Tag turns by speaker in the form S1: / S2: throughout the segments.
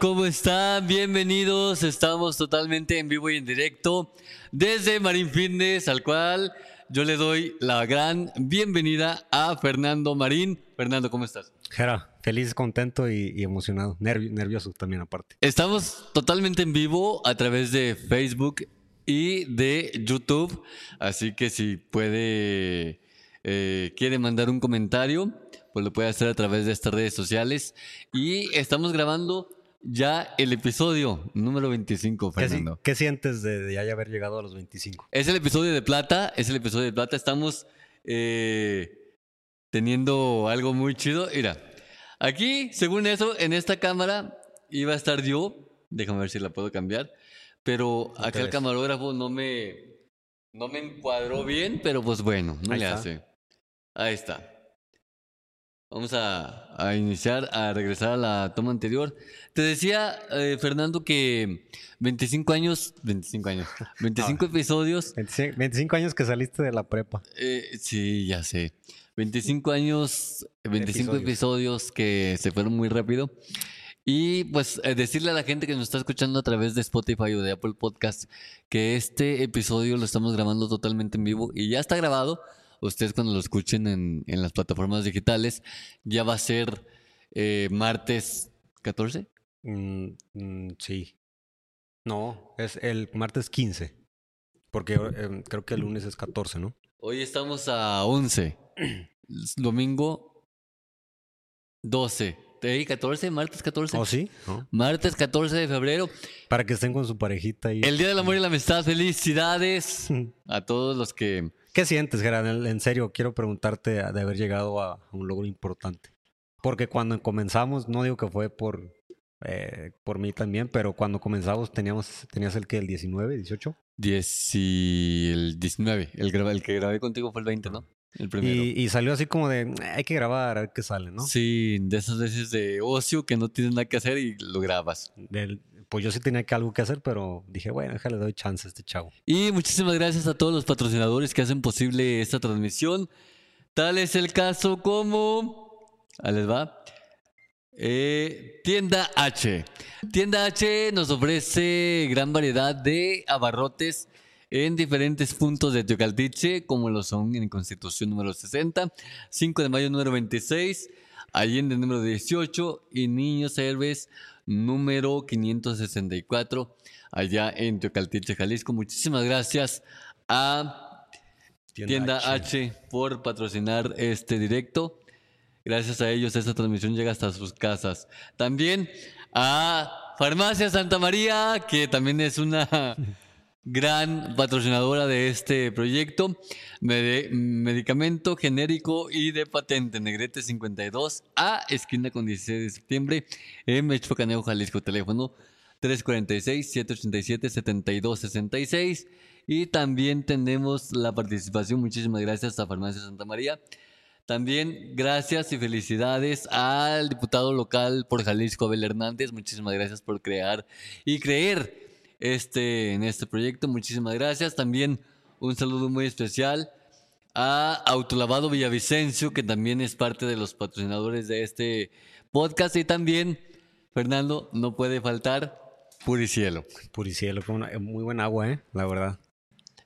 S1: ¿Cómo están? Bienvenidos. Estamos totalmente en vivo y en directo desde Marín Fitness, al cual yo le doy la gran bienvenida a Fernando Marín. Fernando, ¿cómo estás?
S2: Jera, feliz, contento y, y emocionado. Nervi- nervioso también aparte.
S1: Estamos totalmente en vivo a través de Facebook y de YouTube. Así que si puede, eh, quiere mandar un comentario, pues lo puede hacer a través de estas redes sociales. Y estamos grabando ya el episodio número 25,
S2: ¿Qué, si-
S1: Fernando.
S2: qué sientes de, de ya haber llegado a los 25?
S1: Es el episodio de plata, es el episodio de plata. Estamos eh, teniendo algo muy chido. Mira, aquí, según eso, en esta cámara iba a estar yo. Déjame ver si la puedo cambiar. Pero acá el
S2: ves.
S1: camarógrafo no me, no me encuadró bien, pero pues bueno, no
S2: Ahí
S1: le
S2: está.
S1: hace. Ahí está. Vamos a, a iniciar, a regresar a la toma anterior. Te decía, eh, Fernando, que 25 años, 25 años, 25 episodios,
S2: 25, 25 años que saliste de la prepa.
S1: eh, sí, ya sé, 25 años, 25 episodios.
S2: Episodios.
S1: que se fueron muy rápido. Y pues eh, decirle a la gente que nos está escuchando a través de Spotify o de Apple Podcast que este episodio lo estamos grabando totalmente en vivo y ya está grabado. Ustedes cuando lo escuchen en, en las plataformas digitales ya va a ser eh, martes 14.
S2: Mm, mm, sí. No, es el martes 15. Porque eh, creo que el lunes es 14, ¿no?
S1: Hoy estamos a 11. Domingo 12. ¿Eh? 14, martes 14.
S2: ¿Oh, sí? ¿No?
S1: Martes 14 de febrero.
S2: Para que estén con su parejita y... Mm.
S1: El Día del Amor y la Amistad. Felicidades a todos los que...
S2: ¿Qué sientes, Gerard? En en serio, quiero preguntarte a- de haber llegado a a un logro importante. Porque cuando comenzamos, no digo que fue por, eh, por mí también, pero cuando comenzamos teníamos, tenías el que, el 19, 18.
S1: 10 y el 19. El, graba- el que grabé contigo fue el 20, ¿no? El primero.
S2: Y, y salió así como de, "Ah, hay que grabar, a ver qué sale, ¿no?
S1: Sí, de esas veces de ocio que no tienes nada que hacer y lo grabas.
S2: Del- pues yo sí tenía que algo que hacer, pero dije, bueno, déjale, doy chance a este chavo.
S1: Y muchísimas gracias a todos los patrocinadores que hacen posible esta transmisión. Tal es el caso como... Ahí les va. Eh, Tienda H. Tienda H nos ofrece gran variedad de abarrotes en diferentes puntos de Teocaltiche, como lo son en Constitución número 60, 5 de mayo número 26, Allende número 18 y Niños Héroes número 564, allá en Teocaltiche, Jalisco. Muchísimas gracias a Tienda H por patrocinar este directo. Gracias a ellos esta transmisión llega hasta sus casas. También a Farmacia Santa María, que también es una gran patrocinadora de este proyecto. Mede- medicamento genérico y de patente Negrete 52 a esquina con 16 de septiembre en Mechocaneo, Jalisco. Teléfono 346-787-7266. Y también tenemos la participación. Muchísimas gracias a Farmacia Santa María. También gracias y felicidades al diputado local por Jalisco, Abel Hernández. Muchísimas gracias por crear y creer este, en este proyecto. Muchísimas gracias. También un saludo muy especial a Autolavado Villavicencio, que también es parte de los patrocinadores de este podcast. Y también, Fernando, no puede faltar Puricielo.
S2: Puricielo, fue una- muy buen agua, ¿eh? La verdad.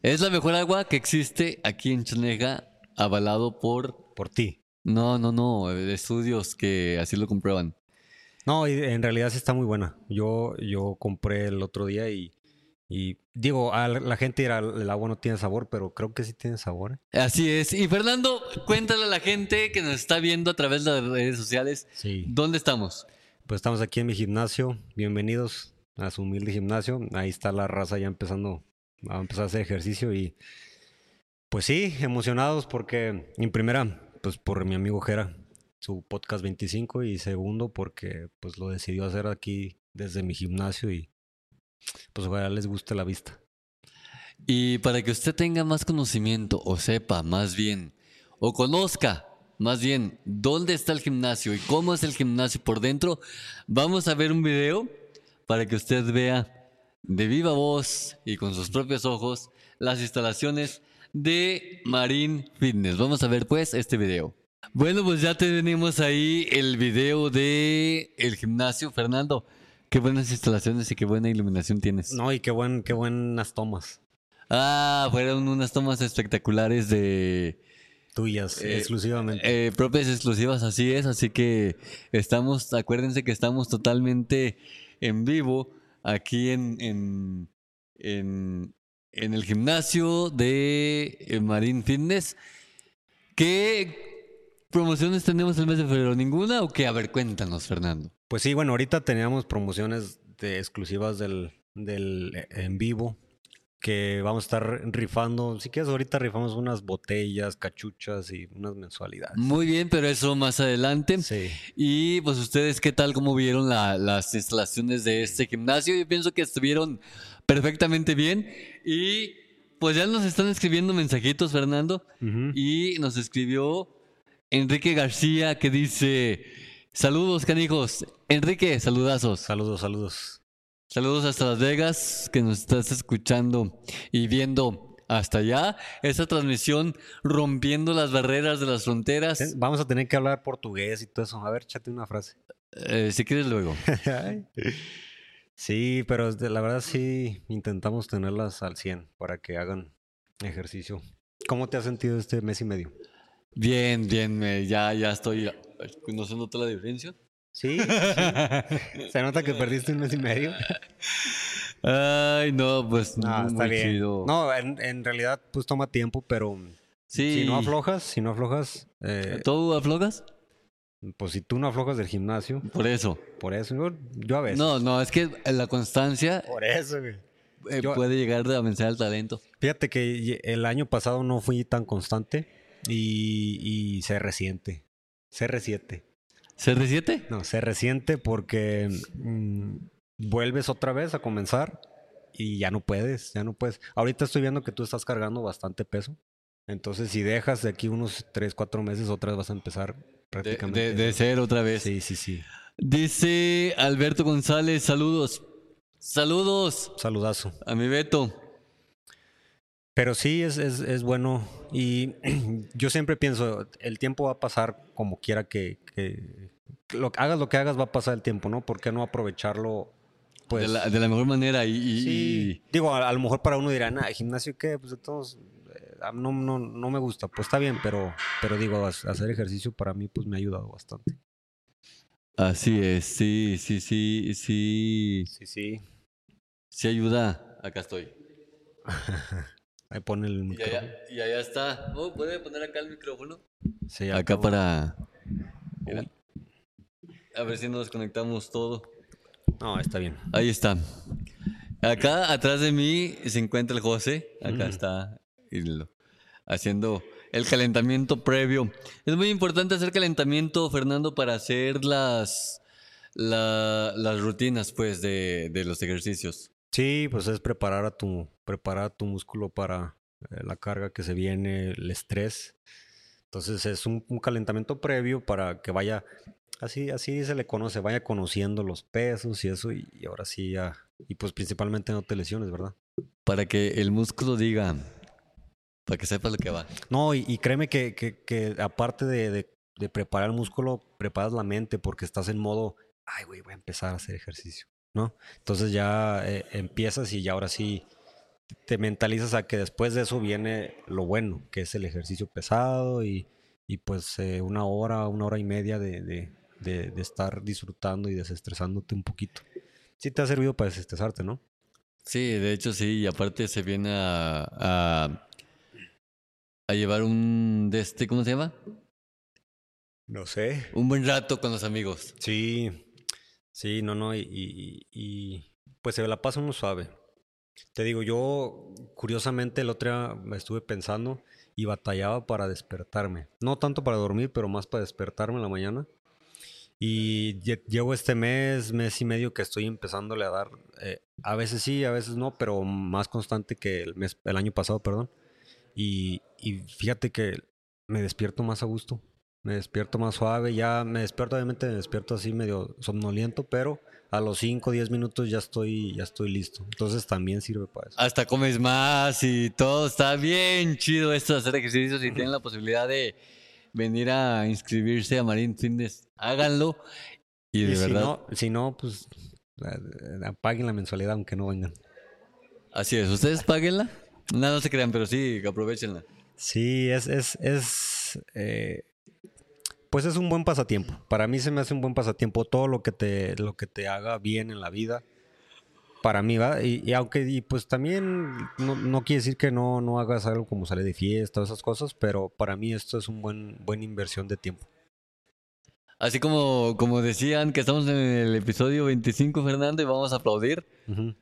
S1: Es la mejor agua que existe aquí en Chonega, avalado por
S2: Por ti.
S1: No, no, no, eh, estudios que así lo comprueban.
S2: No, y en realidad sí está muy buena. Yo, yo compré el otro día y, y digo, a la la gente dirá, el agua no tiene sabor, pero creo que sí tiene sabor. ¿eh?".
S1: Así es. Y Fernando, cuéntale a la gente que nos está viendo a través de las redes sociales,
S2: Sí.
S1: ¿dónde estamos?
S2: Pues estamos aquí en mi gimnasio. Bienvenidos a su humilde gimnasio. Ahí está la raza ya empezando a empezar a hacer ejercicio y pues sí, emocionados porque en primera, pues por mi amigo Jera, su podcast 25 y segundo porque pues lo decidió hacer aquí desde mi gimnasio y pues ojalá les guste la vista.
S1: Y para que usted tenga más conocimiento o sepa más bien, o conozca más bien dónde está el gimnasio y cómo es el gimnasio por dentro, vamos a ver un video para que usted vea de viva voz y con sus propios ojos las instalaciones de Marine Fitness. Vamos a ver pues este video. Bueno, pues ya tenemos ahí el video de el gimnasio, Fernando. Qué buenas instalaciones y qué buena iluminación tienes.
S2: No, y qué, buen, qué buenas tomas
S1: Ah, fueron unas tomas espectaculares de
S2: tuyas,
S1: Eh,
S2: exclusivamente.
S1: eh, propias exclusivas, así es. Así que estamos, acuérdense que estamos totalmente en vivo aquí en, en, en, en el gimnasio de eh, Marine Fitness. ¿Qué promociones tenemos el mes de febrero? ¿Ninguna o qué? A ver, cuéntanos, Fernando.
S2: Pues sí, bueno, ahorita teníamos promociones de exclusivas del, del eh, en vivo que vamos a estar rifando. Si quieres, ahorita rifamos unas botellas, cachuchas y unas mensualidades.
S1: Muy bien, pero eso más adelante.
S2: Sí.
S1: Y pues ustedes, ¿qué tal? ¿Cómo vieron la- las instalaciones de este gimnasio? Yo pienso que estuvieron perfectamente bien. Y pues ya nos están escribiendo mensajitos, Fernando.
S2: Ujú.
S1: Y nos escribió Enrique García que dice, saludos, canijos. Enrique, saludazos.
S2: Saludos, saludos.
S1: Saludos hasta Las Vegas, que nos estás escuchando y viendo hasta allá. Esta transmisión rompiendo las barreras de las fronteras.
S2: Ten- Vamos a tener que hablar portugués y todo eso. A ver, échate una frase.
S1: Eh, si quieres luego.
S2: Ay. sí, pero de- la verdad sí intentamos tenerlas al 100 para que hagan ejercicio. ¿Cómo te has sentido este mes y medio?
S1: Bien, bien, eh, ya, ya estoy. ¿No se nota la diferencia?
S2: Sí, eh, sí. se nota que perdiste un mes y medio.
S1: Ay, no, pues
S2: No,
S1: muy
S2: está bien.
S1: chido.
S2: No, en, en realidad pues toma tiempo, pero
S1: sí.
S2: si no aflojas, si no aflojas, eh,
S1: ¿Tú aflojas?
S2: pues si tú no aflojas del gimnasio,
S1: Por eso.
S2: por eso yo, yo a veces.
S1: No, no, es que la constancia
S2: Por eso, güey.
S1: eh,
S2: Yo-
S1: puede llegar a vencer al talento.
S2: Fíjate que ye- el año pasado no fui tan constante y, y se resiente. Se resiente.
S1: ¿CR7?
S2: No, se resiente porque mm, vuelves otra vez a comenzar y ya no puedes, ya no puedes. Ahorita estoy viendo que tú estás cargando bastante peso. Entonces, si dejas de aquí unos 3, 4 meses, otra vez vas a empezar
S1: De,
S2: prácticamente.
S1: de, este de ser otra vez.
S2: Sí, sí, sí.
S1: Dice Alberto González, saludos. Saludos
S2: Saludazo.
S1: a mi Beto.
S2: Pero sí, es, es, es bueno. Y yo siempre pienso, el tiempo va a pasar como quiera que, que- que lo, hagas lo que hagas, va a pasar el tiempo, ¿no? ¿Por qué no aprovecharlo?
S1: de,
S2: Pues,
S1: la, de la mejor manera y, y-
S2: sí. Digo, a, a lo mejor para uno dirán, ah, gimnasio qué, pues de todos, eh, a mí no, no, no me gusta. Pues está bien, pero, pero digo, as- hacer ejercicio para mí pues me ha ayudado bastante.
S1: y- Así es, sí, sí, sí, sí.
S2: Sí, sí.
S1: Sí ayuda. Acá estoy.
S2: Ahí pone el
S1: Y
S2: micrófono.
S1: allá, y allá está. Oh, ¿Puede poner acá el micrófono?
S2: Sí,
S1: Acá
S2: acabo.
S1: para. Mira. A ver si nos conectamos todo.
S2: No, está bien.
S1: Ahí está. Acá atrás de mí se encuentra el José. Acá
S2: Ujú.
S1: está el- haciendo el calentamiento previo. Es muy importante hacer calentamiento, Fernando, para hacer las, la- las rutinas pues, de, de los ejercicios.
S2: Sí, pues es preparar a tu, preparar a tu músculo para eh, la carga que se viene, el estrés. Entonces es un, un calentamiento previo para que vaya, así, así se le conoce, vaya conociendo los pesos y eso, y, y ahora sí ya, y pues principalmente no te lesiones, ¿verdad?
S1: Para que el músculo diga, para que sepa lo que va.
S2: No, y, y créeme que, que- que aparte de, de- de preparar el músculo, preparas la mente porque estás en modo, ay, güey, voy a empezar a hacer ejercicio, ¿no? Entonces ya eh, empiezas y ya ahora sí te mentalizas a que después de eso viene lo bueno, que es el ejercicio pesado y, y pues eh, una hora, una hora y media de, de- de- de estar disfrutando y desestresándote un poquito. Sí te ha servido para desestresarte, ¿no?
S1: Sí, de hecho sí, y aparte se viene a, a, a llevar un, de este, ¿cómo se llama?
S2: No sé.
S1: Un buen rato con los amigos.
S2: Sí, sí, no, no, y, y- y- y, pues se la pasa uno suave. Te digo, yo curiosamente el otro día me estuve pensando y batallaba para despertarme. No tanto para dormir, pero más para despertarme en la mañana. Y lle- llevo este mes, mes y medio que estoy empezándole a dar, eh, a veces sí, a veces no, pero más constante que el, mes, el año pasado, perdón. Y, y fíjate que me despierto más a gusto, me despierto más suave, ya me despierto, obviamente me despierto así medio somnoliento, pero a los 5 o 10 minutos ya estoy, ya estoy listo. Entonces también sirve para eso.
S1: Hasta comes más y todo está bien chido esto de hacer ejercicios. Si tienen la posibilidad de venir a inscribirse a Marine Fitness, háganlo. Y de
S2: Y si
S1: verdad,
S2: no, si no, pues la- la- apaguen la mensualidad aunque no vengan.
S1: así es. Ustedes páguenla. No, no se crean, pero sí, aprovechenla.
S2: Sí, es, es, es, eh, pues es un buen pasatiempo. Para mí se me hace un buen pasatiempo todo lo que te, lo que te haga bien en la vida. Para mí, va. Y, y aunque, y pues también no, no quiere decir que no, no hagas algo como salir de fiesta, esas cosas, pero para mí esto es un buen, buena inversión de tiempo.
S1: Así como, como decían que estamos en el episodio 25, Fernando, y vamos a aplaudir.
S2: Ujú.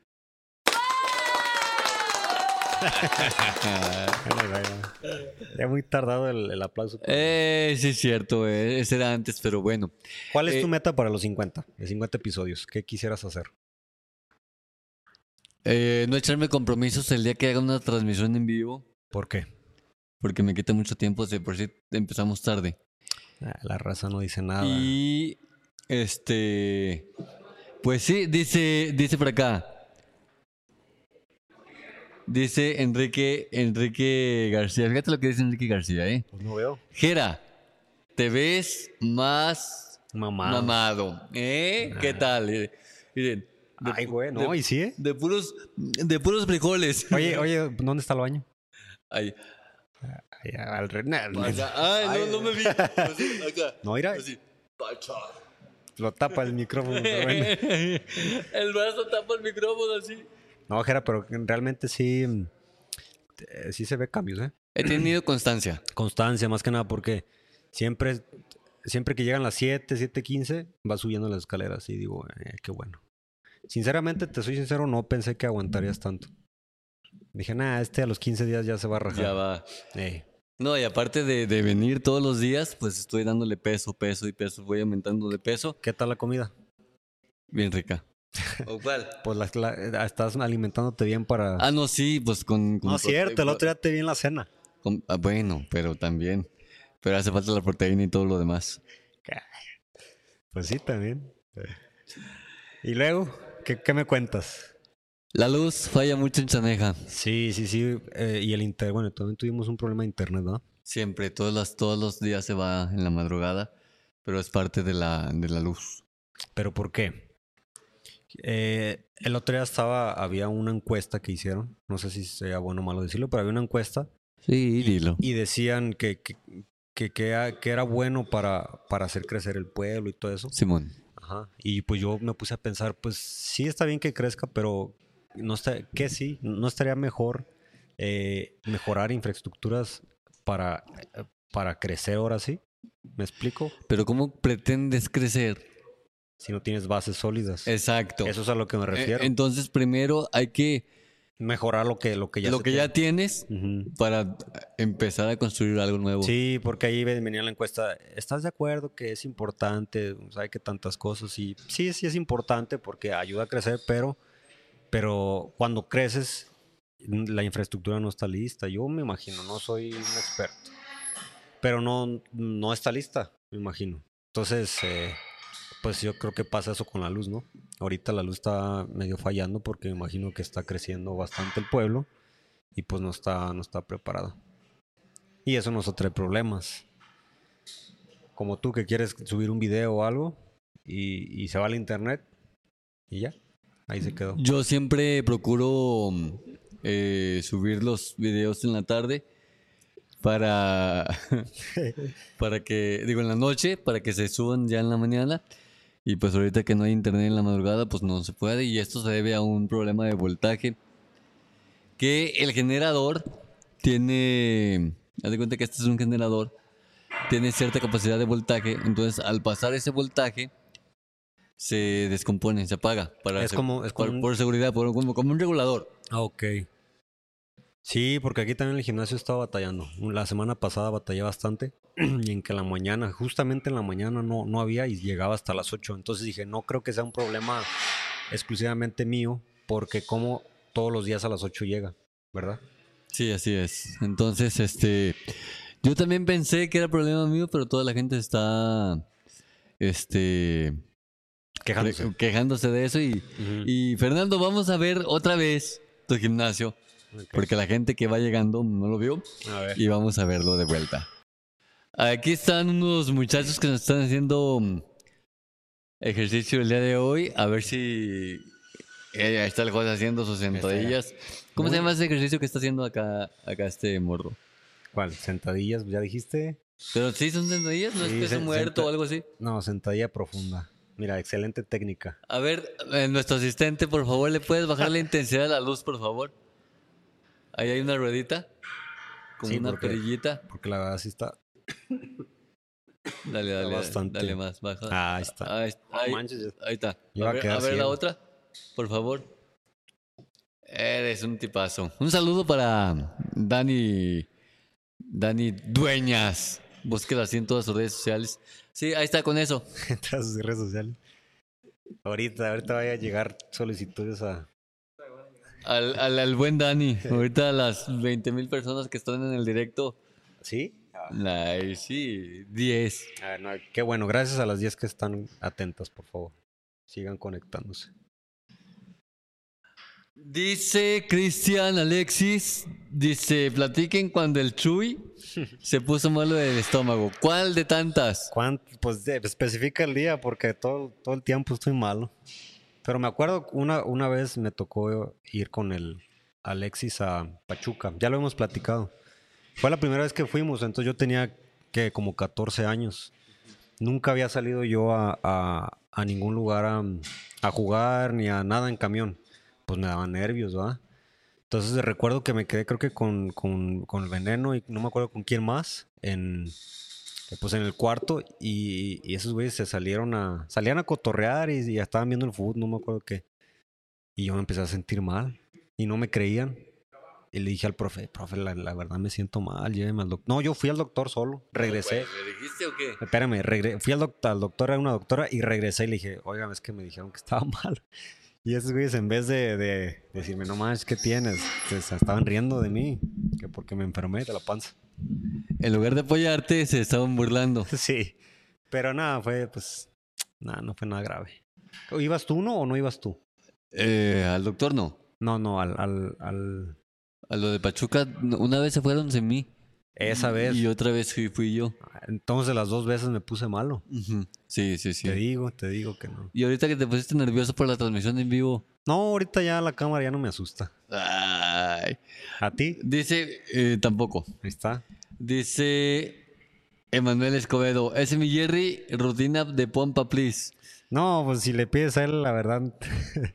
S2: Ah. Ay, ay, ay. Ya muy tardado el, el aplauso.
S1: Eh, sí, es cierto, eh, ese era antes, pero bueno.
S2: ¿Cuál es
S1: eh,
S2: tu meta para los 50? De 50 episodios. ¿Qué quisieras hacer?
S1: Eh, no echarme compromisos el día que haga una transmisión en vivo,
S2: ¿Por qué?
S1: porque me quita mucho tiempo, de por si empezamos tarde.
S2: Ah, La raza no dice nada.
S1: Y este, pues sí, dice, dice por acá. Dice Enrique, Enrique García. Fíjate lo que dice Enrique García, eh.
S2: Pues no veo.
S1: Jera, te ves más
S2: Mamá.
S1: mamado. ¿Eh? ¿Qué tal? Eh, Miren, de,
S2: Ay,
S1: pu-
S2: güey, no,
S1: de-
S2: y sí, eh?
S1: de puros, de puros frijoles.
S2: Oye, oye, ¿dónde está el baño?
S1: Ay,
S2: Allá, al re- nah,
S1: o sea, ay, no, no me vi. Así, acá, Pues
S2: No, mira,
S1: así. Pacha.
S2: lo tapa el micrófono. pero bueno.
S1: el brazo tapa el micrófono así.
S2: No, Jera, pero realmente sí, mm, eh, sí se ve cambios, ¿eh?
S1: He tenido constancia.
S2: Constancia, más que nada, porque siempre, siempre que llegan las 7, 7.15, va subiendo las escaleras y digo, eh, qué bueno. Sinceramente, te soy sincero, no pensé que aguantarías tanto. Dije, nah, este a los 15 días ya se va a rajar. Eh,
S1: Ya va.
S2: Ey.
S1: No, y aparte de, de venir todos los días, pues estoy dándole peso, peso y peso. Voy aumentando de peso.
S2: ¿Qué tal la comida?
S1: Bien rica. ¿O cuál?
S2: Pues la- la- estás alimentándote bien para...
S1: Ah, no, sí, pues con. con
S2: No es cierto, el otro día te vi en la cena.
S1: con- ah, bueno, pero también. Pero hace falta la proteína y todo lo demás.
S2: Pues sí, también. Y luego, ¿qué, qué me cuentas?
S1: La luz falla mucho en Chaneja.
S2: Sí, sí, sí. eh, y el internet, bueno, también tuvimos un problema de internet, ¿no?
S1: Siempre, todas las, todos los días se va en la madrugada, pero es parte de la, de la luz.
S2: ¿Pero por qué? Eh, el otro día estaba, había una encuesta que hicieron, no sé si sea bueno o malo decirlo, pero había una encuesta
S1: Sí, dilo.
S2: y decían que, que, que- que era- que era bueno para, para hacer crecer el pueblo y todo eso.
S1: Simón.
S2: Ajá. Y pues yo me puse a pensar, pues sí está bien que crezca, pero no está, que sí, no estaría mejor eh, mejorar infraestructuras para, para crecer ahora sí. ¿Me explico?
S1: Pero ¿cómo pretendes crecer?
S2: Si no tienes bases sólidas.
S1: Exacto.
S2: Eso es a lo que me
S1: Eh,
S2: refiero.
S1: Entonces, primero hay que
S2: mejorar lo que, lo que ya
S1: lo
S2: se
S1: que ya tienes
S2: tiene. Ujú.
S1: para empezar a construir algo nuevo.
S2: Sí, porque ahí ve- venía la encuesta. ¿Estás de acuerdo que es importante? O sea, hay que tantas cosas. Y sí, sí es importante porque ayuda a crecer, pero, pero cuando creces, n- la infraestructura no está lista. Yo me imagino, no soy un experto. Pero no, no está lista, me imagino. Entonces, eh, pues yo creo que pasa eso con la luz, ¿no? Ahorita la luz está medio fallando porque me imagino que está creciendo bastante el pueblo y pues no está, no está preparado. Y eso nos trae problemas. Como tú que quieres subir un video o algo y, y se va al internet y ya, ahí se quedó.
S1: Yo siempre procuro mm, eh, subir los videos en la tarde para, para que, digo, en la noche, para que se suban ya en la mañana. Y pues ahorita que no hay internet en la madrugada, pues no se puede. Y esto se debe a un problema de voltaje que el generador tiene, haz de cuenta que este es un generador, tiene cierta capacidad de voltaje. Entonces, al pasar ese voltaje, se descompone, se apaga. Para
S2: Es
S1: se-
S2: como- es como
S1: por,
S2: un-
S1: por seguridad, por- como, como un regulador.
S2: Ah, ok. Sí, porque aquí también el gimnasio estaba batallando. La semana pasada batallé bastante y en que la mañana, justamente en la mañana no, no había y llegaba hasta las 8. Entonces dije, no creo que sea un problema exclusivamente mío porque como todos los días a las 8 llega, ¿verdad?
S1: Sí, así es. Entonces, este. Yo también pensé que era problema mío, pero toda la gente está. Este.
S2: Quejándose.
S1: re- quejándose de eso. Y, y Fernando, vamos a ver otra vez tu gimnasio.
S2: Ok.
S1: Porque la gente que va llegando no lo vio.
S2: A ver.
S1: Y vamos a verlo de vuelta. Aquí están unos muchachos que nos están haciendo mm, ejercicio el día de hoy. A ver si. eh, Ahí está el juez haciendo sus sentadillas. ¿Cómo
S2: Muy
S1: se llama ese ejercicio que está haciendo acá, acá este morro?
S2: ¿Cuál? ¿Sentadillas? ¿Ya dijiste?
S1: Pero sí son sentadillas, no es
S2: Sí,
S1: peso
S2: se-
S1: muerto o
S2: senta-
S1: algo así.
S2: No, sentadilla profunda. Mira, excelente técnica.
S1: A ver, eh, nuestro asistente, por favor, ¿le puedes bajar la intensidad de la luz, por favor? Ahí hay una ruedita, como
S2: Sí,
S1: una
S2: porque-
S1: perillita.
S2: Porque la verdad sí está.
S1: Dale, dale,
S2: bastante.
S1: dale más, baja.
S2: Ah, ahí está.
S1: Ahí, ahí-
S2: manches, ya-
S1: ahí está.
S2: Iba
S1: a
S2: a
S1: ver,
S2: quedar
S1: a ver la
S2: ciego.
S1: otra, por favor. Eres un tipazo. Un saludo para Dani, Dani Dueñas. Búsquela así en todas sus redes sociales. Sí, ahí está con eso.
S2: Entra a sus redes sociales. Ahorita, ahorita vaya a llegar solicitudes a.
S1: Al, al- al buen Dani. Ahorita las 20 mil personas que están en el directo.
S2: ¿Sí?
S1: Ay, sí, 10.
S2: A ver, no, qué bueno, gracias a las 10 que están atentas, por favor. Sigan conectándose.
S1: Dice Cristian Alexis, dice, platiquen cuando el Chuy se puso malo del estómago. ¿Cuál de tantas?
S2: ¿Cuánto? Pues de- especifica el día porque todo, todo el tiempo estoy malo. Pero me acuerdo una, una vez me tocó ir con el Alexis a Pachuca. Ya lo hemos platicado. Fue la primera vez que fuimos, entonces yo tenía que como 14 años. Nunca había salido yo a, a- a ningún lugar a, a jugar ni a nada en camión. Pues me daban nervios, ¿va? Entonces recuerdo que me quedé creo que con, con, con el veneno y no me acuerdo con quién más en, eh, pues en el cuarto y, y esos güeyes se salieron a salían a cotorrear y, y ya estaban viendo el fútbol, no me acuerdo qué. Y yo me empecé a sentir mal y no me creían. Y le dije al profe, profe, la, la verdad me siento mal, lléveme al doctor. No, yo fui al doctor solo, regresé.
S1: ¿Le Pues, dijiste o qué?
S2: Espérame, regre- fui al, doc- al doctor, a una doctora, y regresé y le dije, oigan, es que me dijeron que estaba mal. Y esos güeyes, en vez de, de decirme, no manches, ¿qué tienes? Se, se estaban riendo de mí, que porque me enfermé de la panza.
S1: En lugar de apoyarte, se estaban burlando.
S2: Sí, pero nada, fue, pues, nada, no fue nada grave. ¿Ibas tú uno o no ibas tú?
S1: Eh, al doctor no.
S2: No, no, al... al, al-
S1: A lo de Pachuca, no, una vez se fueron sin mí.
S2: Esa vez.
S1: Y otra vez fui, fui yo.
S2: Entonces las dos veces me puse malo.
S1: Ujú. Sí, sí, sí.
S2: Te digo, te digo que no.
S1: Y ahorita que te pusiste nervioso por la transmisión en vivo.
S2: No, ahorita ya la cámara ya no me asusta.
S1: Ay.
S2: ¿A ti?
S1: Dice, eh, tampoco.
S2: Ahí está.
S1: Dice Emanuel Escobedo, ese es mi Jerry, rutina de pompa, please.
S2: No, pues si le pides a él, la verdad.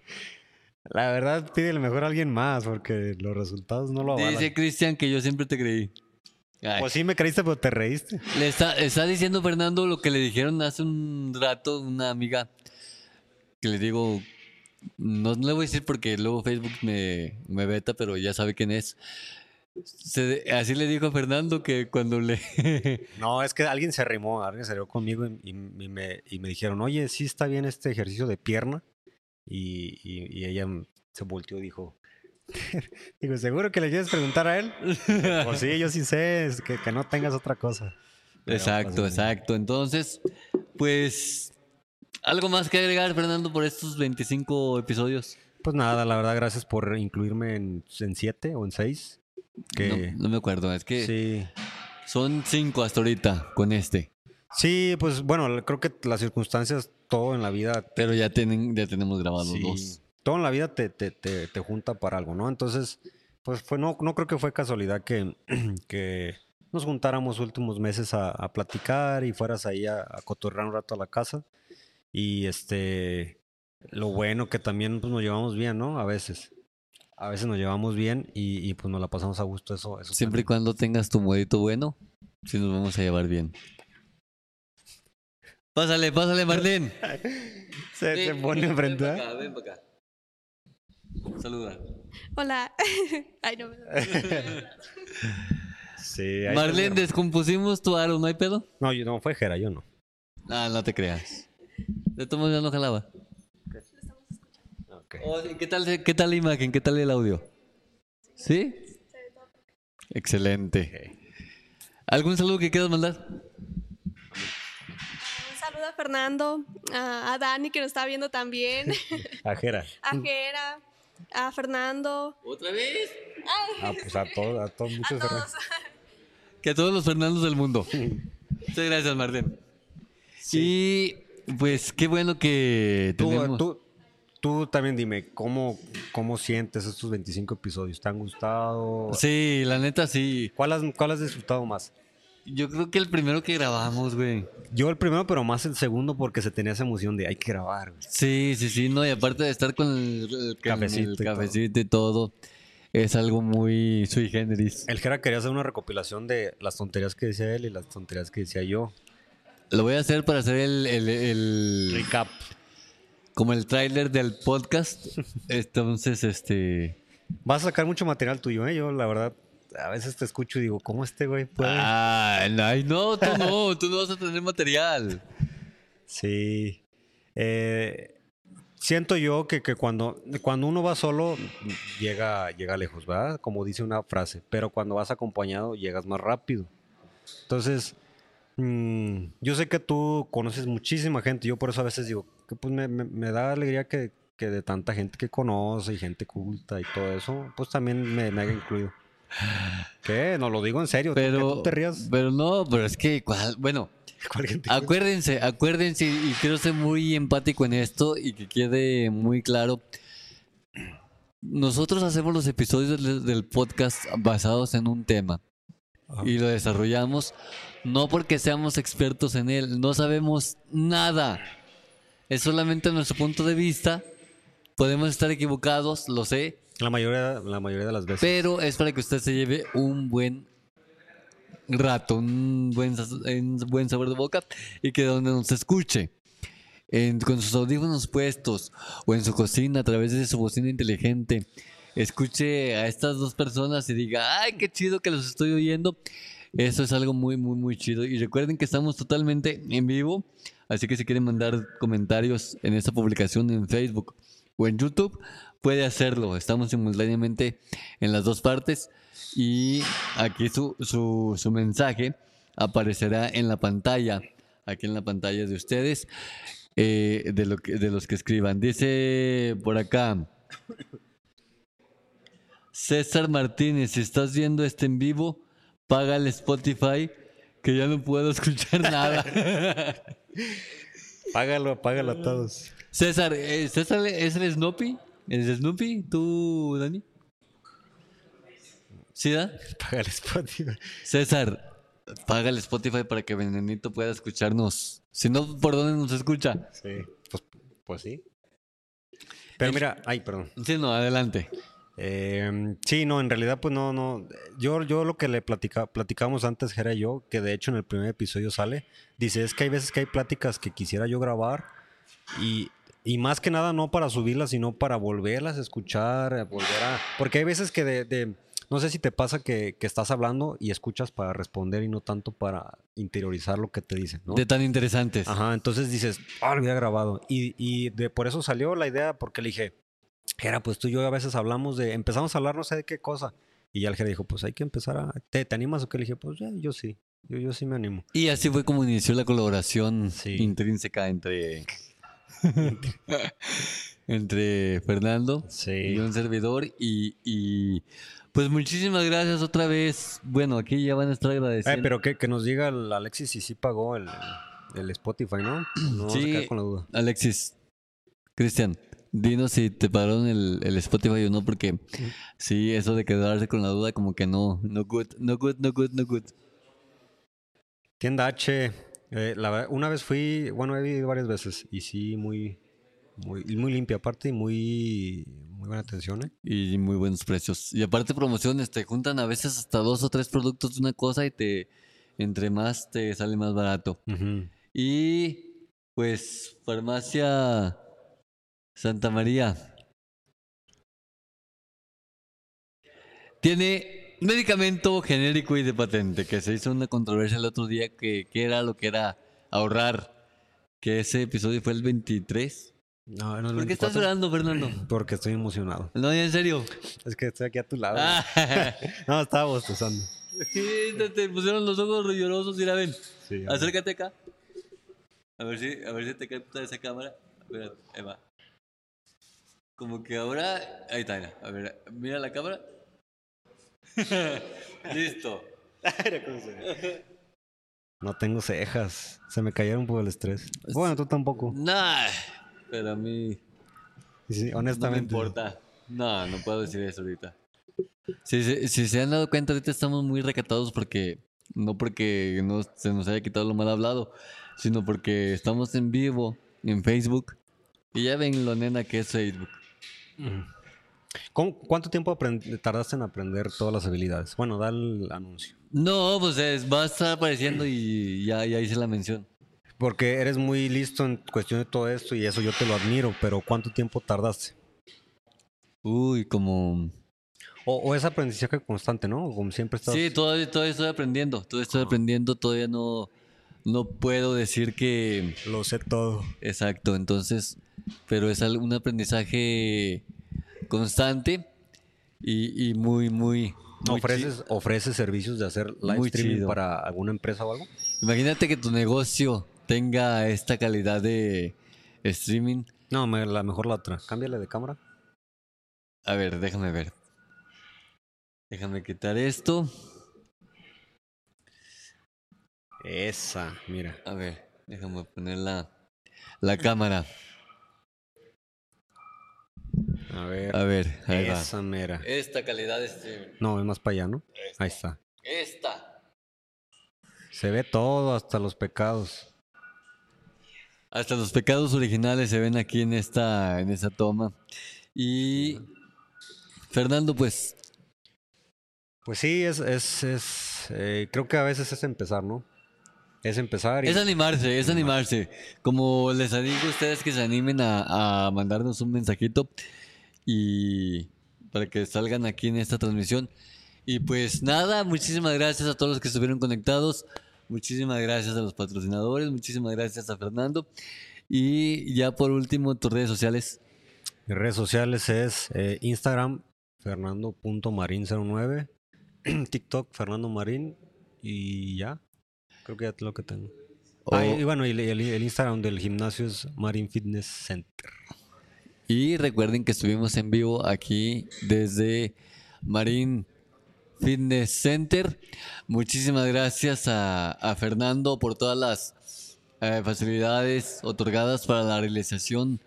S2: la verdad, pídele mejor a alguien más, porque los resultados no lo avalan.
S1: Dice Cristian que yo siempre te creí. Ay.
S2: Oh, Pues sí me creíste, pero te reíste.
S1: le está, está diciendo Fernando lo que le dijeron hace un rato una amiga que le digo, no, no le voy a decir porque luego Facebook me, me veta, pero ya sabe quién es. Se- así le dijo a Fernando que cuando le...
S2: No, es que alguien se arrimó, alguien se arrimó conmigo y, y- y me, y me dijeron, oye, sí está bien este ejercicio de pierna. Y, y- y ella m- se volteó y dijo, digo, ¿seguro que le quieres preguntar a él? Pues sí, yo sí sé, es que, que no tengas otra cosa. Pero,
S1: Exacto,
S2: pues,
S1: exacto. Entonces, pues, algo más que agregar, Fernando, por estos 25 episodios.
S2: Pues nada, la verdad, gracias por incluirme en, en siete o en seis. Que,
S1: No, no me acuerdo, es que
S2: sí.
S1: son 5 hasta ahorita con este.
S2: Sí, pues bueno, la- creo que las circunstancias, todo en la vida,
S1: Pero ya, tienen, ya tenemos grabados
S2: sí,
S1: dos.
S2: todo en la vida te, te- te- te junta para algo, ¿no? Entonces, pues fue, no, no creo que fue casualidad que, que nos juntáramos últimos meses a, a platicar y fueras ahí a, a cotorrear un rato a la casa. Y este, lo bueno que también pues, nos llevamos bien, ¿no? A veces. A veces nos llevamos bien y, y, pues nos la pasamos a gusto, eso, eso
S1: Siempre y
S2: también.
S1: cuando tengas tu modito bueno, sí nos vamos a llevar bien. Pásale, pásale, Marlene.
S2: se, se pone enfrente. ¿eh?
S1: Ven para acá. Saluda.
S3: Hola. Ay, no me
S2: Sí, ahí
S1: Marlene,
S2: tuvieron.
S1: descompusimos tu aro, ¿no hay pedo?
S2: No, yo no, fue Jera, yo no.
S1: Ah, no te creas. De todos modos ya no jalaba. Oye, ¿Qué tal, se- ¿Qué tal la imagen? ¿Qué tal el audio? ¿Sí? Excelente. ¿Algún saludo que quieras mandar?
S3: Un saludo a Fernando, a, a Dani que nos está viendo también,
S2: A Jera.
S3: a Jera, a Fernando,
S1: ¿Otra vez?
S2: Ah, pues a todos, a todos, muchos Jera.
S3: a todos.
S1: Que a todos los Fernandos del mundo. Muchas gracias, Martín. Y pues qué bueno que
S2: Tú,
S1: tenemos.
S2: tú, tú también dime, ¿cómo, ¿cómo sientes estos 25 episodios? ¿Te han gustado?
S1: Sí, la neta sí.
S2: ¿Cuál has, ¿Cuál has disfrutado más?
S1: Yo creo que el primero que grabamos, güey.
S2: Yo el primero, pero más el segundo porque se tenía esa emoción de hay que grabar. güey".
S1: Sí, sí, sí, no, y aparte de estar con el, el- con
S2: Cafecito
S1: el
S2: y todo.
S1: cafecito y todo, es algo muy sui generis.
S2: El Jera quería hacer una recopilación de las tonterías que decía él y las tonterías que decía yo.
S1: Lo voy a hacer para hacer el, el- el-
S2: Recap.
S1: como el tráiler del podcast. Entonces, este,
S2: Vas a sacar mucho material tuyo, ¿eh? Yo, la verdad, a veces te escucho y digo, ¿cómo este güey puede?
S1: ah, no, ay, no, tú no, tú no vas a tener material.
S2: Sí. Eh, siento yo que, que cuando, cuando uno va solo, llega, llega lejos, ¿verdad? Como dice una frase, pero cuando vas acompañado, llegas más rápido. Entonces, mm, yo sé que tú conoces muchísima gente, yo por eso a veces digo, que pues me, me- me da alegría que, que de tanta gente que conoce y gente culta y todo eso, pues también me, me haya incluido. ¿Qué? No lo digo en serio, tú- que
S1: Pero,
S2: tú te rías.
S1: pero no, pero es que, cuál- bueno,
S2: ¿Cuál gente?
S1: Acuérdense, acuérdense, y quiero ser muy empático en esto y que quede muy claro. Nosotros hacemos los episodios del, del podcast basados en un tema
S2: Ajá.
S1: y lo desarrollamos no porque seamos expertos en él, no sabemos nada. Es solamente nuestro punto de vista. Podemos estar equivocados, lo sé,
S2: La mayoría, la mayoría de las veces.
S1: pero es para que usted se lleve un buen rato, un buen, sa- un buen sabor de boca y que donde nos escuche, en- con sus audífonos puestos o en su cocina a través de su bocina inteligente, escuche a estas dos personas y diga, ay, qué chido que los estoy oyendo. Eso es algo muy, muy, muy chido. Y recuerden que estamos totalmente en vivo, así que si quieren mandar comentarios en esta publicación en Facebook o en YouTube, puede hacerlo. Estamos simultáneamente en las dos partes y aquí su, su, su mensaje aparecerá en la pantalla, aquí en la pantalla de ustedes, eh, de, lo que- de los que escriban. Dice por acá. César Martínez, si estás viendo este en vivo, paga el Spotify, que ya no puedo escuchar nada.
S2: Págalo, págalo a todos.
S1: César, eh, César es el Snoopy. ¿El Snoopy? ¿Tú, Dani? ¿Sí, da?
S2: Págalo Spotify.
S1: César, paga el Spotify para que Venenito pueda escucharnos. Si no, ¿por dónde nos escucha?
S2: Sí. Pues, pues sí. Pero mira, ay, perdón.
S1: Sí, no, adelante.
S2: Eh, sí, no, en realidad, pues no, no. Yo, yo lo que le platica, platicamos antes, Jera y yo, que de hecho en el primer episodio sale, dice, es que hay veces que hay pláticas que quisiera yo grabar y, y más que nada no para subirlas, sino para volverlas a escuchar, eh, volver a... Porque hay veces que de... de- no sé si te pasa que, que estás hablando y escuchas para responder y no tanto para interiorizar lo que te dicen, ¿no?
S1: De tan interesantes.
S2: Ajá, entonces dices, ah, lo había grabado. Y, y de por eso salió la idea, porque le dije, era pues tú y yo a veces hablamos de, empezamos a hablar no sé de qué cosa. Y ya el jefe dijo, pues hay que empezar a, ¿te, te animas o qué? Le dije, pues ya, yo sí, yo, yo sí me animo.
S1: Y así fue como inició la colaboración
S2: Sí.
S1: intrínseca entre. entre Fernando y
S2: Sí.
S1: un servidor. Y, y, Pues muchísimas gracias otra vez. Bueno, aquí ya van a estar agradecidos.
S2: pero que, que nos diga el Alexis si sí pagó el, el Spotify, ¿no? No vamos a
S1: Sí.
S2: quedar con la duda.
S1: Alexis, Cristian, dinos si te pagaron el, el Spotify o no, porque sí, eso de quedarse con la duda, como que no, no good, no good, no good, no good.
S2: Tienda H, eh, la verdad, una vez fui, bueno, he ido varias veces y sí, muy, muy, y muy limpia aparte y muy, muy buena atención, ¿eh?
S1: Y muy buenos precios. Y aparte promociones, te juntan a veces hasta dos o tres productos de una cosa y te, entre más, te sale más barato.
S2: Ujú.
S1: Y pues, farmacia Santa María. Tiene medicamento genérico y de patente, que se hizo una controversia el otro día que, que era lo que era ahorrar. Que ese episodio fue el 23.
S2: No, no, el
S1: ¿Por qué estás
S2: 24,
S1: llorando, Fernando?
S2: Porque estoy emocionado.
S1: No, en serio.
S2: Es que estoy aquí a tu lado.
S1: Ah,
S2: No, estaba bostezando.
S1: sí, te, te pusieron los ojos llorosos y la ven.
S2: Sí, a ver.
S1: Acércate acá. A ver si, a ver si te capta esa cámara. Espera, ahí va. Como que ahora. Ahí está, mira. A ver, mira la cámara. Listo.
S2: No tengo cejas. Se me cayeron por el estrés. Bueno, tú tampoco.
S1: Nah. Pero a mí.
S2: Sí,
S1: No me
S2: honestamente.
S1: importa. No, no puedo decir eso ahorita. Si, se- si se han dado cuenta, ahorita estamos muy recatados porque. No porque no se nos haya quitado lo mal hablado, sino porque estamos en vivo en Facebook. Y ya ven lo nena que es Facebook.
S2: ¿Cómo- ¿Cuánto tiempo aprend- tardaste en aprender todas las habilidades? Bueno, da el anuncio.
S1: No, pues es- va a estar apareciendo y ya, ya hice la mención.
S2: Porque eres muy listo en cuestión de todo esto y eso yo te lo admiro, pero ¿cuánto tiempo tardaste?
S1: Uy, como...
S2: O, o es aprendizaje constante, ¿no? Como siempre estás...
S1: Sí, todavía, todavía estoy aprendiendo, todavía estoy aprendiendo, todavía no, no puedo decir que...
S2: Lo sé todo.
S1: Exacto, entonces, pero es al- un aprendizaje constante y, y muy, muy... muy chi-
S2: ¿Ofreces, ¿Ofreces servicios de hacer live
S1: Muy
S2: streaming
S1: chido.
S2: para alguna empresa o algo?
S1: Imagínate que tu negocio tenga esta calidad de streaming.
S2: No, me- la mejor la otra. Cámbiale de cámara.
S1: A ver, déjame ver. Déjame quitar esto.
S2: Esa, mira.
S1: A ver, déjame poner la, la cámara.
S2: A ver.
S1: A ver, Ah, ahí va.
S2: esa mera.
S1: Esta calidad de streaming.
S2: No, es más para allá, ¿no? Ahí está.
S1: Esta.
S2: Se ve todo, hasta los pecados.
S1: Hasta los pecados originales se ven aquí en esta, en esta toma. Y Fernando, pues,
S2: Pues sí, es, es, es eh, creo que a veces es empezar, ¿no? Es empezar y...
S1: es animarse, es animarse. Como les digo a ustedes que se animen a, a mandarnos un mensajito y para que salgan aquí en esta transmisión. Y pues nada, muchísimas gracias a todos los que estuvieron conectados. Muchísimas gracias a los patrocinadores, muchísimas gracias a Fernando. Y ya por último, tus redes sociales.
S2: Mis redes sociales es eh, Instagram, fernando.marin09, TikTok, Fernando Marín, y ya. Creo que ya es lo que tengo. Ah,
S1: O-
S2: y bueno, y el, el- el Instagram del gimnasio es Marin Fitness Center.
S1: Y recuerden que estuvimos en vivo aquí desde Marín Fitness Center. Muchísimas gracias a, a Fernando por todas las eh, facilidades otorgadas para la realización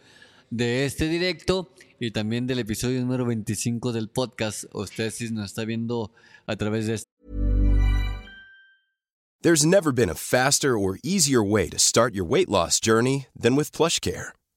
S1: de este directo y también del episodio número 25 del podcast. Usted si nos está viendo a través de este
S4: There's never been a faster or easier way to start your weight loss journey than with PlushCare.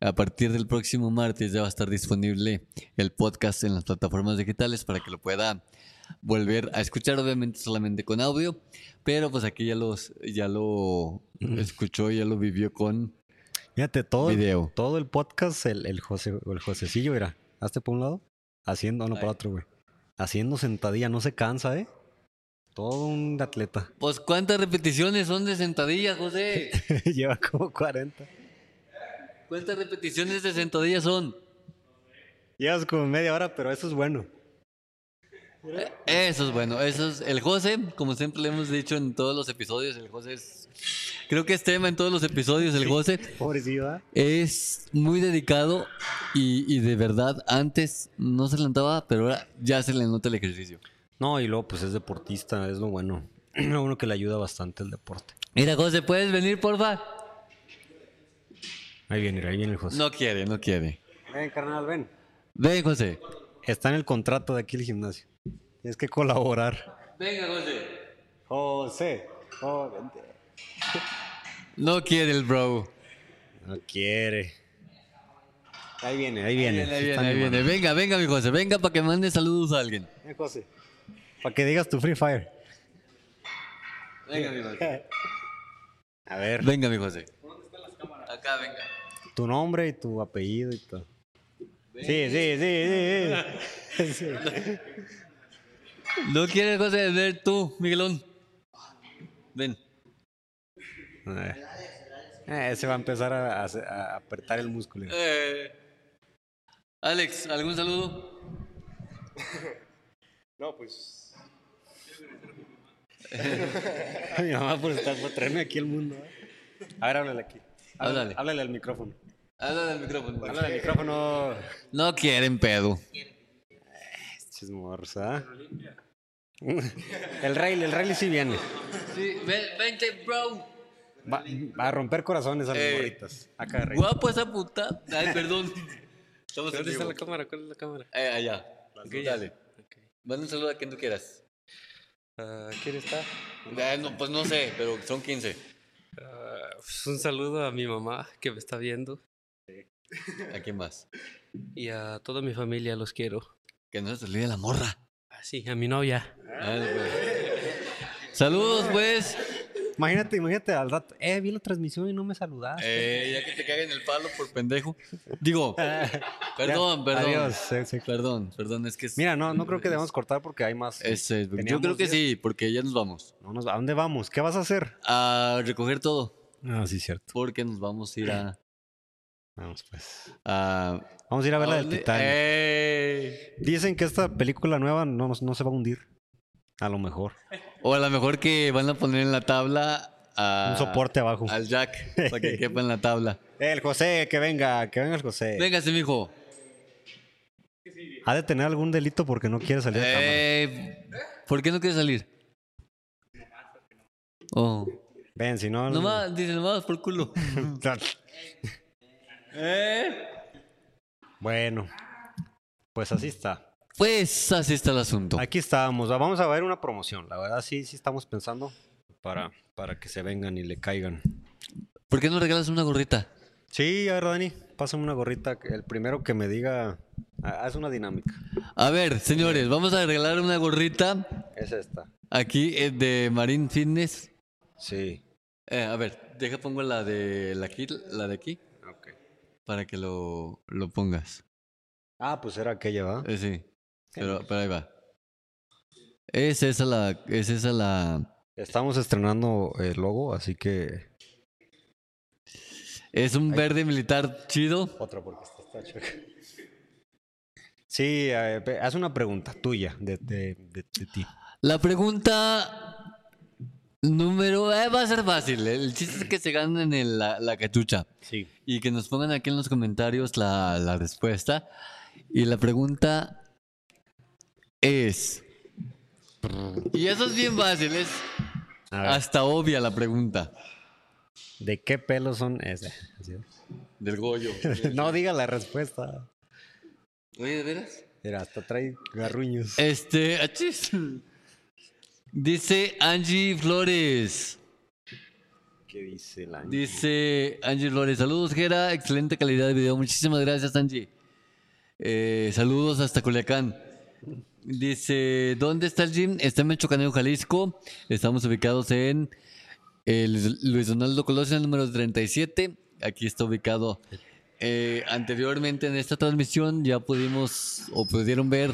S1: A partir del próximo martes ya va a estar disponible el podcast en las plataformas digitales para que lo pueda volver a escuchar, obviamente solamente con audio, pero pues aquí ya los ya lo escuchó, ya lo vivió con
S2: Fíjate, todo,
S1: Video.
S2: todo el podcast, el, el, José, el Josecillo, era, hazte por un lado, haciendo, ah, no, para
S1: Ahí.
S2: otro, güey. Haciendo sentadilla, no se cansa, ¿eh? Todo un atleta.
S1: pues cuántas repeticiones son de sentadilla, José.
S2: Lleva como 40.
S1: ¿Cuántas repeticiones de sentadilla son?
S2: Llevas como media hora, pero eso es bueno.
S1: Eso es bueno, eso es el José, como siempre le hemos dicho en todos los episodios, el José es creo que es tema en todos los episodios, el José
S2: Pobrecillo, ¿eh?
S1: es muy dedicado y, y de verdad antes no se le notaba, pero ahora ya se le nota el ejercicio.
S2: No, y luego pues es deportista, es lo bueno. Lo bueno que le ayuda bastante el deporte.
S1: Mira, José, ¿puedes venir, porfa?
S2: Ahí viene, ahí viene el José.
S1: No quiere, no quiere.
S2: Ven, carnal, ven.
S1: Ven, José.
S2: Está en el contrato de aquí el gimnasio. Tienes que colaborar.
S1: Venga, José.
S2: José. oh, vente.
S1: No quiere el bro.
S2: No quiere. Ahí viene, ahí viene.
S1: Ahí
S2: Se
S1: viene,
S2: está
S1: ahí
S2: animando.
S1: viene. Venga, venga, mi José. Venga para que mande saludos a alguien.
S2: Ven, José. Para que digas tu Free Fire.
S1: Venga, mi José.
S2: A ver,
S1: Venga, mi José. Acá, venga.
S2: tu nombre y tu apellido y todo. Sí, sí, sí, sí. sí. Sí.
S1: No quiere el José ver tú, Miguelón. Ven.
S2: Eh, ese va a empezar a, a- a apretar el músculo.
S1: Eh, Alex, ¿algún saludo?
S2: pues. Mi mamá por, estar, por traerme aquí al mundo. ¿eh? A ver, háblale aquí.
S1: Háblale.
S2: Háblale al micrófono.
S1: Habla del micrófono.
S2: Háblale al micrófono.
S1: No quieren pedo.
S2: Chismorza. El rey, el rey sí viene.
S1: Sí, ven, vente, bro.
S2: Va, va a romper corazones a los
S1: Eh.
S2: morritas. Acá, rey.
S1: Guapo esa puta. Ay, perdón. Estamos en
S5: ¿Dónde está
S1: vivo.
S5: la cámara? ¿Cuál es la cámara?
S1: Eh, allá.
S5: Ok, ya.
S1: Dale. Manda un saludo a quien tú quieras.
S5: Ah, ¿Quién está?
S1: Ah, no, pues no sé, pero son 15.
S5: Ah, pues, un saludo a mi mamá que me está viendo
S1: ¿A quién más?
S5: y a toda mi familia, los quiero.
S1: Que no se te olvide la morra.
S5: Ah, sí, a mi novia.
S1: Ah, pues. Saludos, pues.
S2: Imagínate, imagínate al rato. Eh, vi la transmisión y no me saludaste.
S1: Eh, ya que te caguen el palo por pendejo. Digo, perdón,
S2: Ya,
S1: Eh, perdón.
S2: adiós, sí, sí.
S1: Perdón, perdón, es que es,
S2: Mira, no, no creo que debamos cortar porque hay más.
S1: es Facebook. Yo
S2: Teníamos
S1: creo que
S2: diez.
S1: sí, porque ya nos vamos
S2: No nos- ¿A dónde vamos? ¿Qué vas a hacer?
S1: a recoger todo,
S2: Ah, sí, cierto.
S1: porque nos vamos a ir a.
S2: Vamos, pues.
S1: a
S2: Vamos a ir a ver la del
S1: ¿dónde? Eh.
S2: Titanic.
S1: ¡Ey!
S2: Dicen que esta película nueva no, no se va a hundir. A lo mejor.
S1: O a lo mejor que van a poner en la tabla a-
S2: Un soporte abajo.
S1: al Jack para que quepa en la tabla.
S2: El José, que venga, que venga el José.
S1: Véngase, mijo.
S2: Ha de tener algún delito porque no quiere salir de cámara.
S1: Eh, ¿Por qué no quieres salir? Oh.
S2: Ven, si no.
S1: Nomás, dice, nomás por culo.
S2: Bueno, pues así está.
S1: Pues así está el asunto.
S2: Aquí estábamos. Ah, Vamos a ver una promoción. La verdad, sí, sí estamos pensando para, para que se vengan y le caigan.
S1: ¿Por qué no regalas una gorrita?
S2: Sí, a ver, Dani, pásame una gorrita. El primero que me diga. ah, Haz una dinámica.
S1: A ver, señores, vamos a regalar una gorrita
S2: Es esta.
S1: aquí eh, de Marine Fitness.
S2: Sí.
S1: Eh, a ver, deja pongo la de la aquí, la de aquí,
S2: Ok.
S1: para que lo, lo pongas.
S2: Ah, pues era aquella, ¿va?
S1: Eh, sí. Pero, pero ahí va. Es esa la, es esa la.
S2: Estamos estrenando el logo, así que.
S1: Es un verde militar chido.
S2: Otra porque esta está chueca. Sí, eh, pe- haz una pregunta tuya de, de- de- de ti.
S1: La pregunta número eh, va a ser fácil. El chiste es que se ganen el- la, la cachucha.
S2: Sí.
S1: Y que nos pongan aquí en los comentarios la, la respuesta. Y la pregunta es. Y eso es bien fácil, es
S2: A ver,
S1: hasta obvia la pregunta.
S2: ¿de qué pelo son ese? Así es.
S1: Del Goyo.
S2: no diga la respuesta.
S1: Oye, ¿de veras?
S2: Mira, hasta trae garruños.
S1: Este. achis. Dice Angie Flores.
S2: ¿Qué dice la
S1: Dice Angie Flores. Saludos, Gera. Excelente calidad de video. Muchísimas gracias, Angie. Eh, saludos hasta Culiacán. Dice, ¿dónde está el gym? Está en Mechocaneo, Jalisco. Estamos ubicados en el Luis Donaldo Colosio, número 37. Aquí está ubicado. Eh, anteriormente en esta transmisión ya pudimos o pudieron ver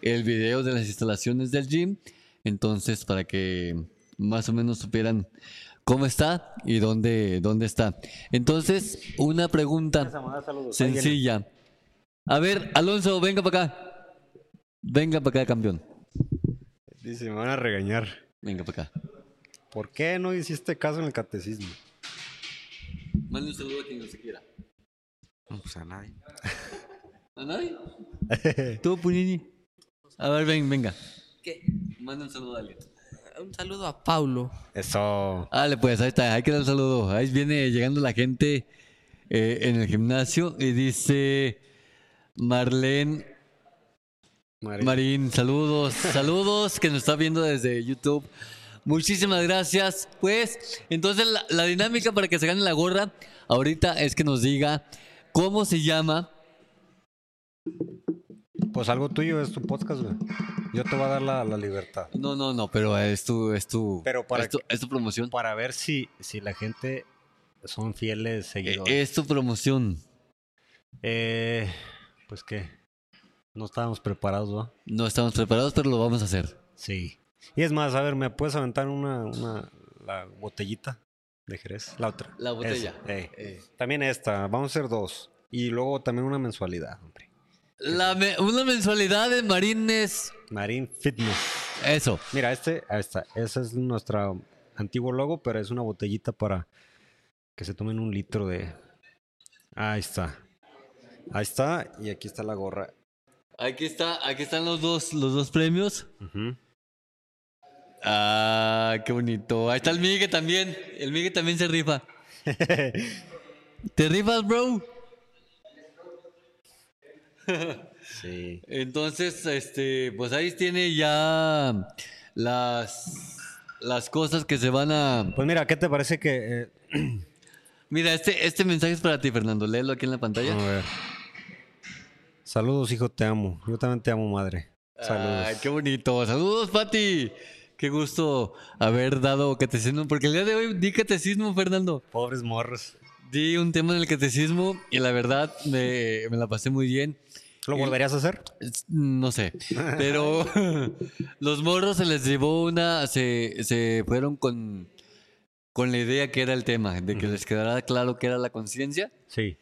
S1: el video de las instalaciones del gym. Entonces, para que más o menos supieran cómo está y dónde, dónde está. Entonces, una pregunta sencilla. A ver, Alonso, venga para acá. Venga para acá, campeón.
S2: Dice, me van a regañar.
S1: Venga para acá.
S2: ¿Por qué no hiciste caso en el catecismo?
S1: Mande un saludo a quien se quiera.
S6: No, pues a nadie.
S1: ¿A nadie? Tú, Punini. A ver, ven, venga.
S6: ¿Qué?
S1: Manda un saludo a alguien.
S6: Eh, Un saludo a Paulo.
S2: Eso.
S1: Dale, pues, ahí está, hay que dar un saludo. Ahí viene llegando la gente eh, en el gimnasio y dice Marlene Marín, saludos, saludos que nos está viendo desde YouTube. Muchísimas gracias. Pues, entonces la, la dinámica para que se gane la gorra ahorita es que nos diga cómo se llama.
S2: Pues algo tuyo es tu podcast, güey. Yo te voy a dar la, la libertad.
S1: No, no, no, pero es tu, es tu,
S2: Pero para
S1: es tu,
S2: que-
S1: es tu promoción.
S2: Para ver si, si la gente son fieles
S1: Eh,
S2: seguidores.
S1: Es tu promoción.
S2: Eh, pues qué. No estábamos preparados, ¿va?
S1: No estamos preparados, pero lo vamos a hacer.
S2: Sí. Y es más, a ver, ¿me puedes aventar una, una la botellita de Jerez? La otra.
S1: La botella.
S2: Esa, eh. También esta, vamos a hacer dos. Y luego también una mensualidad, hombre.
S1: La me- una mensualidad de Marines.
S2: Marín Fitness.
S1: Eso.
S2: Mira, este, ahí está. Ese es nuestro antiguo logo, pero es una botellita para que se tomen un litro de. Ahí está. Ahí está. Y aquí está la gorra.
S1: Aquí está, aquí están los dos, los dos premios.
S2: Ujú.
S1: Ah, qué bonito. Ahí está el Migue también. El Migue también se rifa. ¿Te rifas, bro?
S2: Sí.
S1: Entonces, este, pues ahí tiene ya las, las cosas que se van a.
S2: Pues mira, ¿qué te parece que.? eh,
S1: Mira, este, este mensaje es para ti, Fernando. Léelo aquí en la pantalla.
S2: A ver. Saludos, hijo, te amo. Yo también te amo, madre. Saludos.
S1: Ay, qué bonito. Saludos, Pati. Qué gusto haber dado catecismo, porque el día de hoy di catecismo, Fernando.
S2: Pobres morros.
S1: Di un tema en el catecismo y la verdad me, me la pasé muy bien.
S2: ¿Lo volverías a hacer?
S1: Es- No sé, pero los morros se les llevó una, se, se fueron con, con la idea que era el tema, de que les quedara claro que era la conciencia
S2: Sí.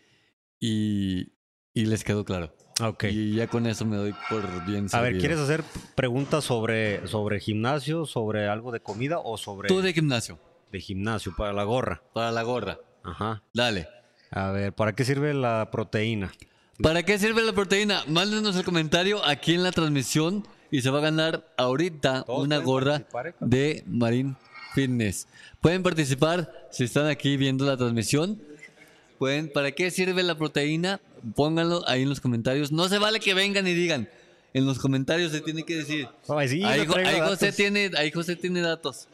S1: y, y les quedó claro.
S2: Ok.
S1: Y ya con eso me doy por bien.
S2: a ver,
S1: servido.
S2: ¿quieres hacer preguntas sobre, sobre gimnasio, sobre algo de comida o sobre
S1: Tú de gimnasio,
S2: de gimnasio para la gorra?
S1: para la gorra.
S2: Ajá.
S1: Dale.
S2: A ver, ¿para qué sirve la proteína?
S1: ¿Para qué sirve la proteína? Mándenos el comentario aquí en la transmisión y se va a ganar ahorita
S2: Todos
S1: una
S2: pueden
S1: gorra
S2: participar, ¿eh?
S1: de Marín Fitness. Pueden participar si están aquí viendo la transmisión. Pueden, ¿Para qué sirve la proteína? Pónganlo ahí en los comentarios. No se vale que vengan y digan. En los comentarios se tiene que decir.
S2: Ay, sí,
S1: ahí,
S2: no
S1: Jo-
S2: traigo
S1: ahí José
S2: datos.
S1: tiene, ahí José tiene datos.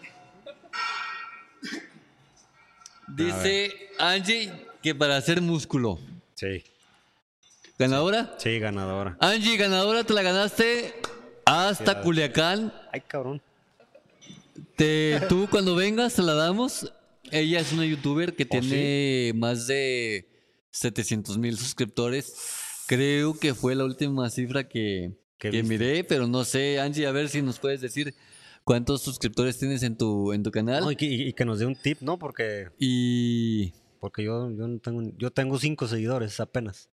S1: Dice Angie que para hacer músculo.
S2: Sí,
S1: ¿Ganadora?
S2: sí, ganadora.
S1: Angie, ganadora, te la ganaste hasta Culiacán.
S2: Ay, cabrón.
S1: Te, tú cuando vengas te la damos. Ella es una youtuber que tiene más de 700 mil suscriptores. Creo que fue la última cifra que,
S2: ¿Qué
S1: que
S2: viste?
S1: miré, pero no sé, Angie, a ver si nos puedes decir cuántos suscriptores tienes en tu, en tu canal.
S2: No, y, que, y que nos dé un tip, ¿no? Porque,
S1: Y
S2: porque yo, yo no tengo, yo tengo cinco seguidores apenas.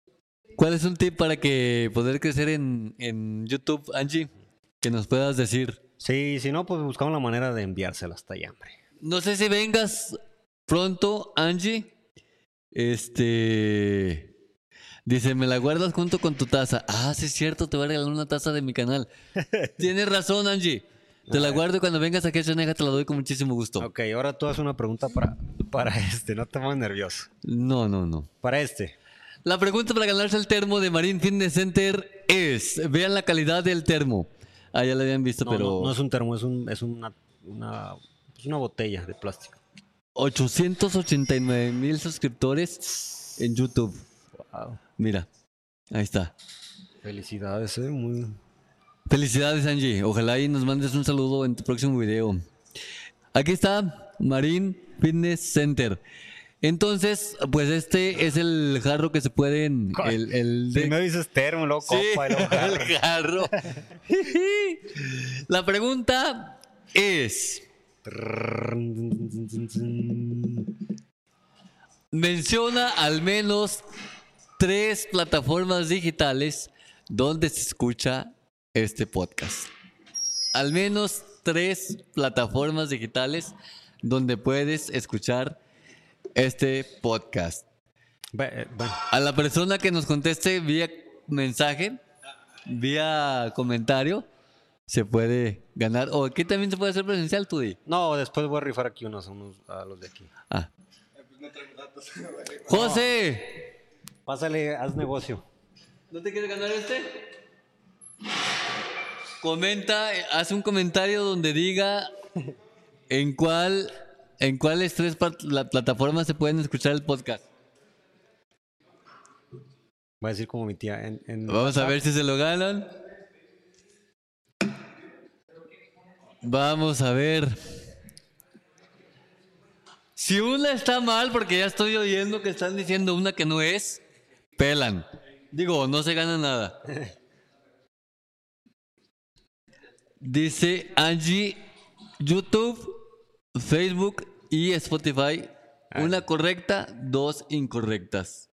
S1: ¿cuál es un tip para que poder crecer en, en YouTube, Angie? Que nos puedas decir.
S2: Sí, si no, pues buscamos la manera de enviársela hasta allá, hombre.
S1: No sé si vengas pronto, Angie. Este. Dice, me la guardas junto con tu taza. Ah, sí es cierto, te voy a regalar una taza de mi canal. Tienes razón, Angie. Te la guardo y cuando vengas aquí a Chonega, te la doy con muchísimo gusto.
S2: Ah. Ok, ahora tú haces una pregunta para, para este, no te pongas nervioso.
S1: No, no, no.
S2: Para este.
S1: La pregunta para ganarse el termo de Marine Fitness Center es: vean la calidad del termo. Ah, ya la habían visto,
S2: No,
S1: pero.
S2: no, no es un termo, es, un, es una, una, es una botella de plástico.
S1: 889 mil suscriptores en YouTube. Mira, ahí está.
S2: Felicidades, eh, muy...
S1: Felicidades, Angie. Ojalá y nos mandes un saludo en tu próximo video. Aquí está Marine Fitness Center. Entonces, pues este es el jarro que se pueden. El, el de-
S2: Primero dices termo, luego
S1: Sí,
S2: copa y luego jarra.
S1: el jarro. La pregunta es: menciona al menos tres plataformas digitales donde se escucha este podcast. al menos tres plataformas digitales donde puedes escuchar este podcast.
S2: eh,
S1: A la persona que nos conteste vía mensaje, vía comentario, se puede ganar. O aquí también se puede hacer presencial, tú di.
S2: No, después voy a rifar aquí unos, unos a los de aquí.
S1: Ah. José,
S2: Pásale, haz negocio.
S1: ¿no te quieres ganar este? Comenta, eh, haz un comentario donde diga en cuál, en cuáles tres pat- la- plataformas se pueden escuchar el podcast.
S2: Va a decir como mi tía. En, en
S1: Vamos a
S2: WhatsApp.
S1: ver si se lo ganan. Vamos a ver. Si una está mal, porque ya estoy oyendo que están diciendo una que no es, pelan. Digo, no se gana nada. Dice Angie, YouTube, Facebook y Spotify.
S2: Ah.
S1: Una correcta, dos incorrectas.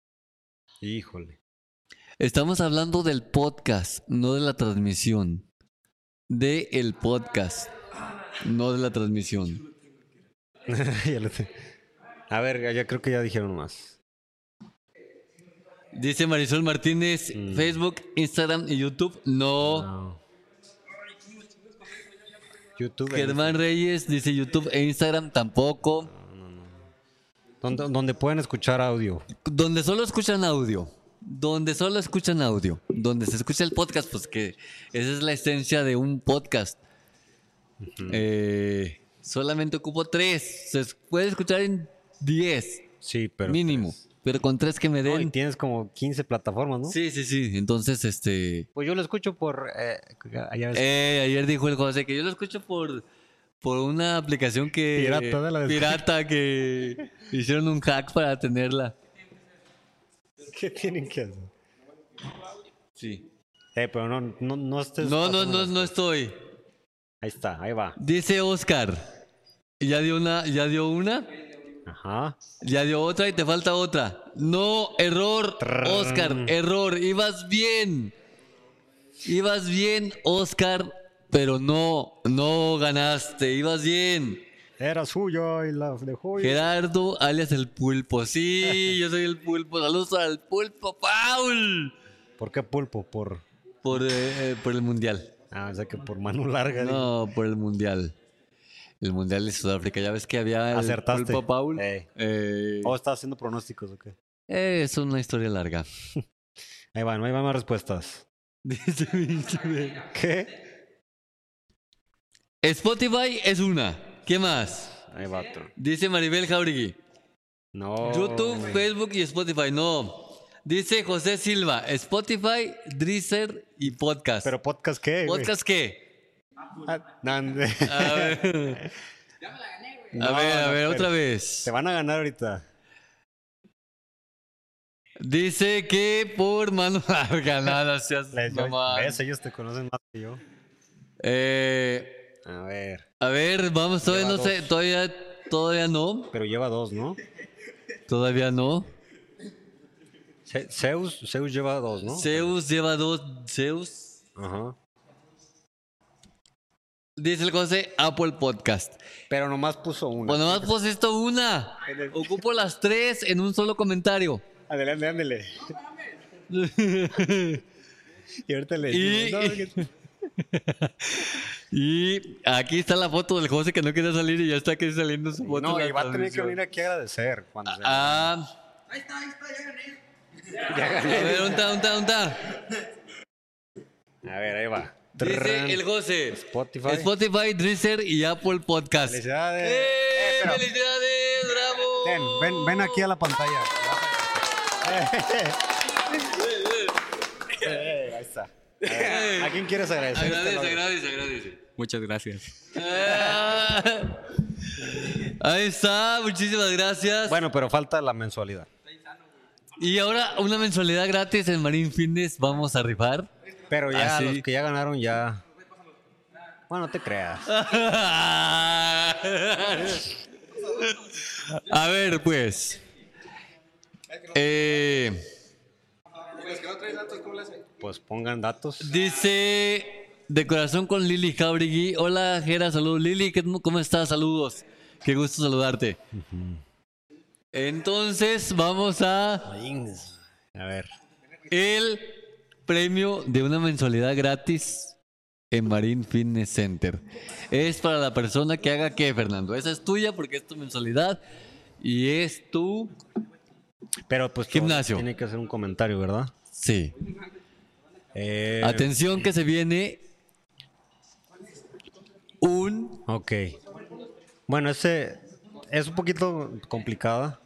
S2: Híjole.
S1: Estamos hablando del podcast, no de la transmisión. De el podcast, no de la transmisión.
S2: Ya lo sé. A ver, ya- ya creo que ya dijeron más.
S1: Dice Marisol Martínez, Facebook, Instagram y YouTube, no.
S2: Ah, YouTube. eh,
S1: Germán Reyes dice YouTube e Instagram tampoco.
S2: Donde, donde pueden escuchar audio.
S1: Donde solo escuchan audio. Donde solo escuchan audio. Donde se escucha el podcast, pues que esa es la esencia de un podcast. Eh, solamente ocupo tres. Se es- puede escuchar en diez.
S2: Sí, pero.
S1: mínimo. Pero con tres que me
S2: No, y
S1: den.
S2: tienes como 15 plataformas, ¿no?
S1: Sí, sí, sí. Entonces, este.
S2: Pues yo lo escucho por. eh, allá ves-
S1: eh, ayer dijo el José que yo lo escucho por. Por una aplicación que.
S2: Pirata de la vez.
S1: Pirata que hicieron un hack para tenerla.
S2: ¿Qué tienen que hacer?
S1: Sí.
S2: Eh, pero no, no, no estés.
S1: No, no,
S2: pasando
S1: no,
S2: las-
S1: no estoy.
S2: Ahí está, ahí va.
S1: Dice Oscar. Ya dio una, ya dio una,
S2: Ajá.
S1: ya dio otra y te falta otra. No, error, Oscar, error. Ibas bien. Ibas bien, Oscar, pero no, no ganaste. Ibas bien.
S2: Era suyo y la dejó. y-
S1: Gerardo, alias el pulpo. Sí, yo soy el pulpo. Saludos al pulpo, Paul.
S2: ¿Por qué pulpo? Por.
S1: Por, eh, eh, por el mundial.
S2: Ah, o sea que por mano larga. digo.
S1: No, por el mundial. El mundial de Sudáfrica. Ya ves que había el
S2: Acertaste.
S1: pulpo Paul.
S2: Eh.
S1: Eh,
S2: ¿O estás haciendo pronósticos o qué?
S1: eh, es una historia larga.
S2: Ahí van, ahí van más respuestas.
S1: Dice Vinci, güey.
S2: ¿Qué?
S1: Spotify es una. ¿Qué más?
S2: Ahí va otro.
S1: Dice Maribel Jauregui.
S2: No.
S1: YouTube,
S2: güey.
S1: Facebook y Spotify. No. Dice José Silva. Spotify, Deezer y podcast.
S2: ¿Pero podcast qué? güey?
S1: ¿Podcast qué?
S2: Ah, no, no.
S1: A ver, a
S2: No,
S1: ver, a
S2: no,
S1: ver,
S2: pero-
S1: otra vez.
S2: Se van a ganar ahorita.
S1: Dice que por mano ah, ganada seas
S2: Les- yo-
S1: mamá.
S2: ¿Ves? Ellos te conocen más que yo.
S1: Eh,
S2: A ver.
S1: a ver, vamos, todavía
S2: Lleva
S1: no sé,
S2: dos.
S1: todavía, todavía no,
S2: Pero lleva dos, ¿no?
S1: todavía no.
S2: Ce- Zeus, Zeus lleva dos, ¿no?
S1: Zeus lleva dos, Zeus.
S2: Ajá.
S1: Dice el José, Apple Podcast.
S2: Pero nomás puso uno.
S1: Bueno, más pues esto una. Ocupo las tres en un solo comentario.
S2: Adelante, ándele. y ahorita le
S1: Y-
S2: decimos, no, que-
S1: Y aquí está la foto del José que no quiere salir y ya está aquí saliendo su foto.
S2: No,
S1: en la
S2: y va a tener que
S1: transmisión.
S2: venir aquí a agradecer. Cuando se-
S1: Ah, a ver, ¿dónde está? ¿Dónde está? ¿Dónde está?
S2: A ver, ahí va. Trrrán.
S1: Dice el José.
S2: Spotify.
S1: Spotify, Deezer y Apple Podcast.
S2: Felicidades.
S1: ¡Eh,
S2: Eh, pero-
S1: ¡Felicidades! ¡Bravo!
S2: Ven, ven, ven aquí a la pantalla. Eh, ahí está. A, ver, ¿a quién quieres agradecer? Este,
S1: Agradece, agradece, agradece.
S6: Muchas gracias.
S1: Ah, Ahí está, muchísimas gracias.
S2: Bueno, pero falta la mensualidad.
S1: Y ahora una mensualidad gratis en Marine Fitness vamos a rifar.
S2: Pero ya
S1: Ah, sí.
S2: los que ya ganaron ya. Bueno, no te creas.
S1: A ver, pues. Eh,
S2: Pues pongan datos.
S1: dice de corazón con Lili Jauregui. Hola, Jera, saludos. Lili, ¿qué- ¿cómo estás? Saludos. Qué gusto saludarte. Entonces, vamos a
S2: A ver.
S1: el premio de una mensualidad gratis en Marine Fitness Center. Es para la persona que haga qué, Fernando. Esa es tuya porque es tu mensualidad y es tu
S2: Pero pues todo
S1: gimnasio.
S2: tiene que hacer un comentario, ¿verdad?
S1: Sí.
S2: Eh,
S1: Atención que se viene un
S2: Ok. Bueno, ese es un poquito complicada.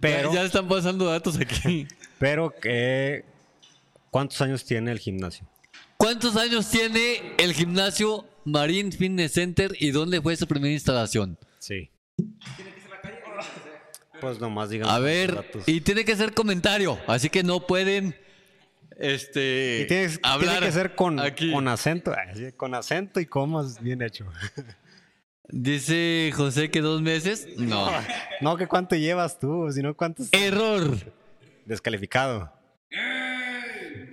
S2: Pero,
S1: ya, ya están pasando datos aquí.
S2: pero que- ¿cuántos años tiene el gimnasio?
S1: ¿Cuántos años tiene el gimnasio Marine Fitness Center y dónde fue su primera instalación?
S2: Sí. Pues nomás digan.
S1: A
S2: los
S1: ver,
S2: datos.
S1: y tiene que ser comentario, así que no pueden este
S2: Y tienes- tiene
S1: hablar
S2: que ser con,
S1: aquí.
S2: con acento, ah, sí, con acento y comas bien hecho.
S1: Dice José que dos meses. No.
S2: No, que cuánto llevas tú, sino cuántos
S1: Error.
S2: descalificado.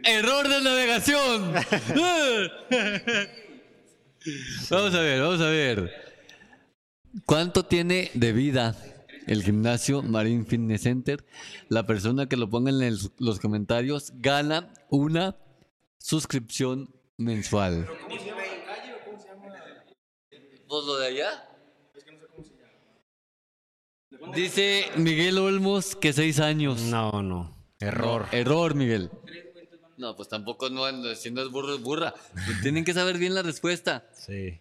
S1: Error de navegación. vamos a ver, vamos a ver. ¿Cuánto tiene de vida el gimnasio Marine Fitness Center? La persona que lo ponga en el- los comentarios gana una suscripción mensual. ¿Vos lo de allá? Dice Miguel Olmos que seis años.
S2: No, no. Error.
S1: No, error, Miguel. No, pues tampoco no, no, si no es burro, es burra. Pues Tienen que saber bien la respuesta.
S2: Sí.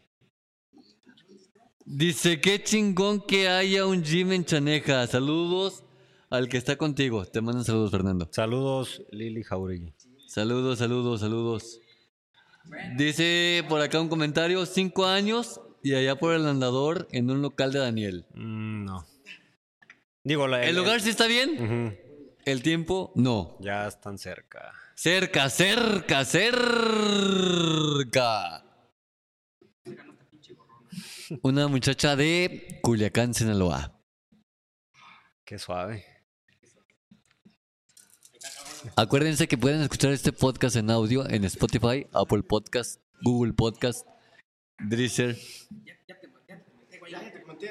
S1: Dice, qué chingón que haya un gym en Chaneja. Saludos al que está contigo. Te mandan saludos, Fernando.
S2: Saludos, Lili Jauregui.
S1: Saludos, saludos, saludos. Dice por acá un comentario, cinco años y allá por el andador en un local de Daniel.
S2: Mm, no. Digo, la,
S1: ¿El lugar sí está bien?
S2: Ujú.
S1: ¿El tiempo? No.
S2: Ya están cerca.
S1: Cerca, cerca, cerca. Una muchacha de Culiacán, Sinaloa.
S2: Qué suave.
S1: Acuérdense que pueden escuchar este podcast en audio en Spotify, Apple Podcast, Google Podcast, Drizzer.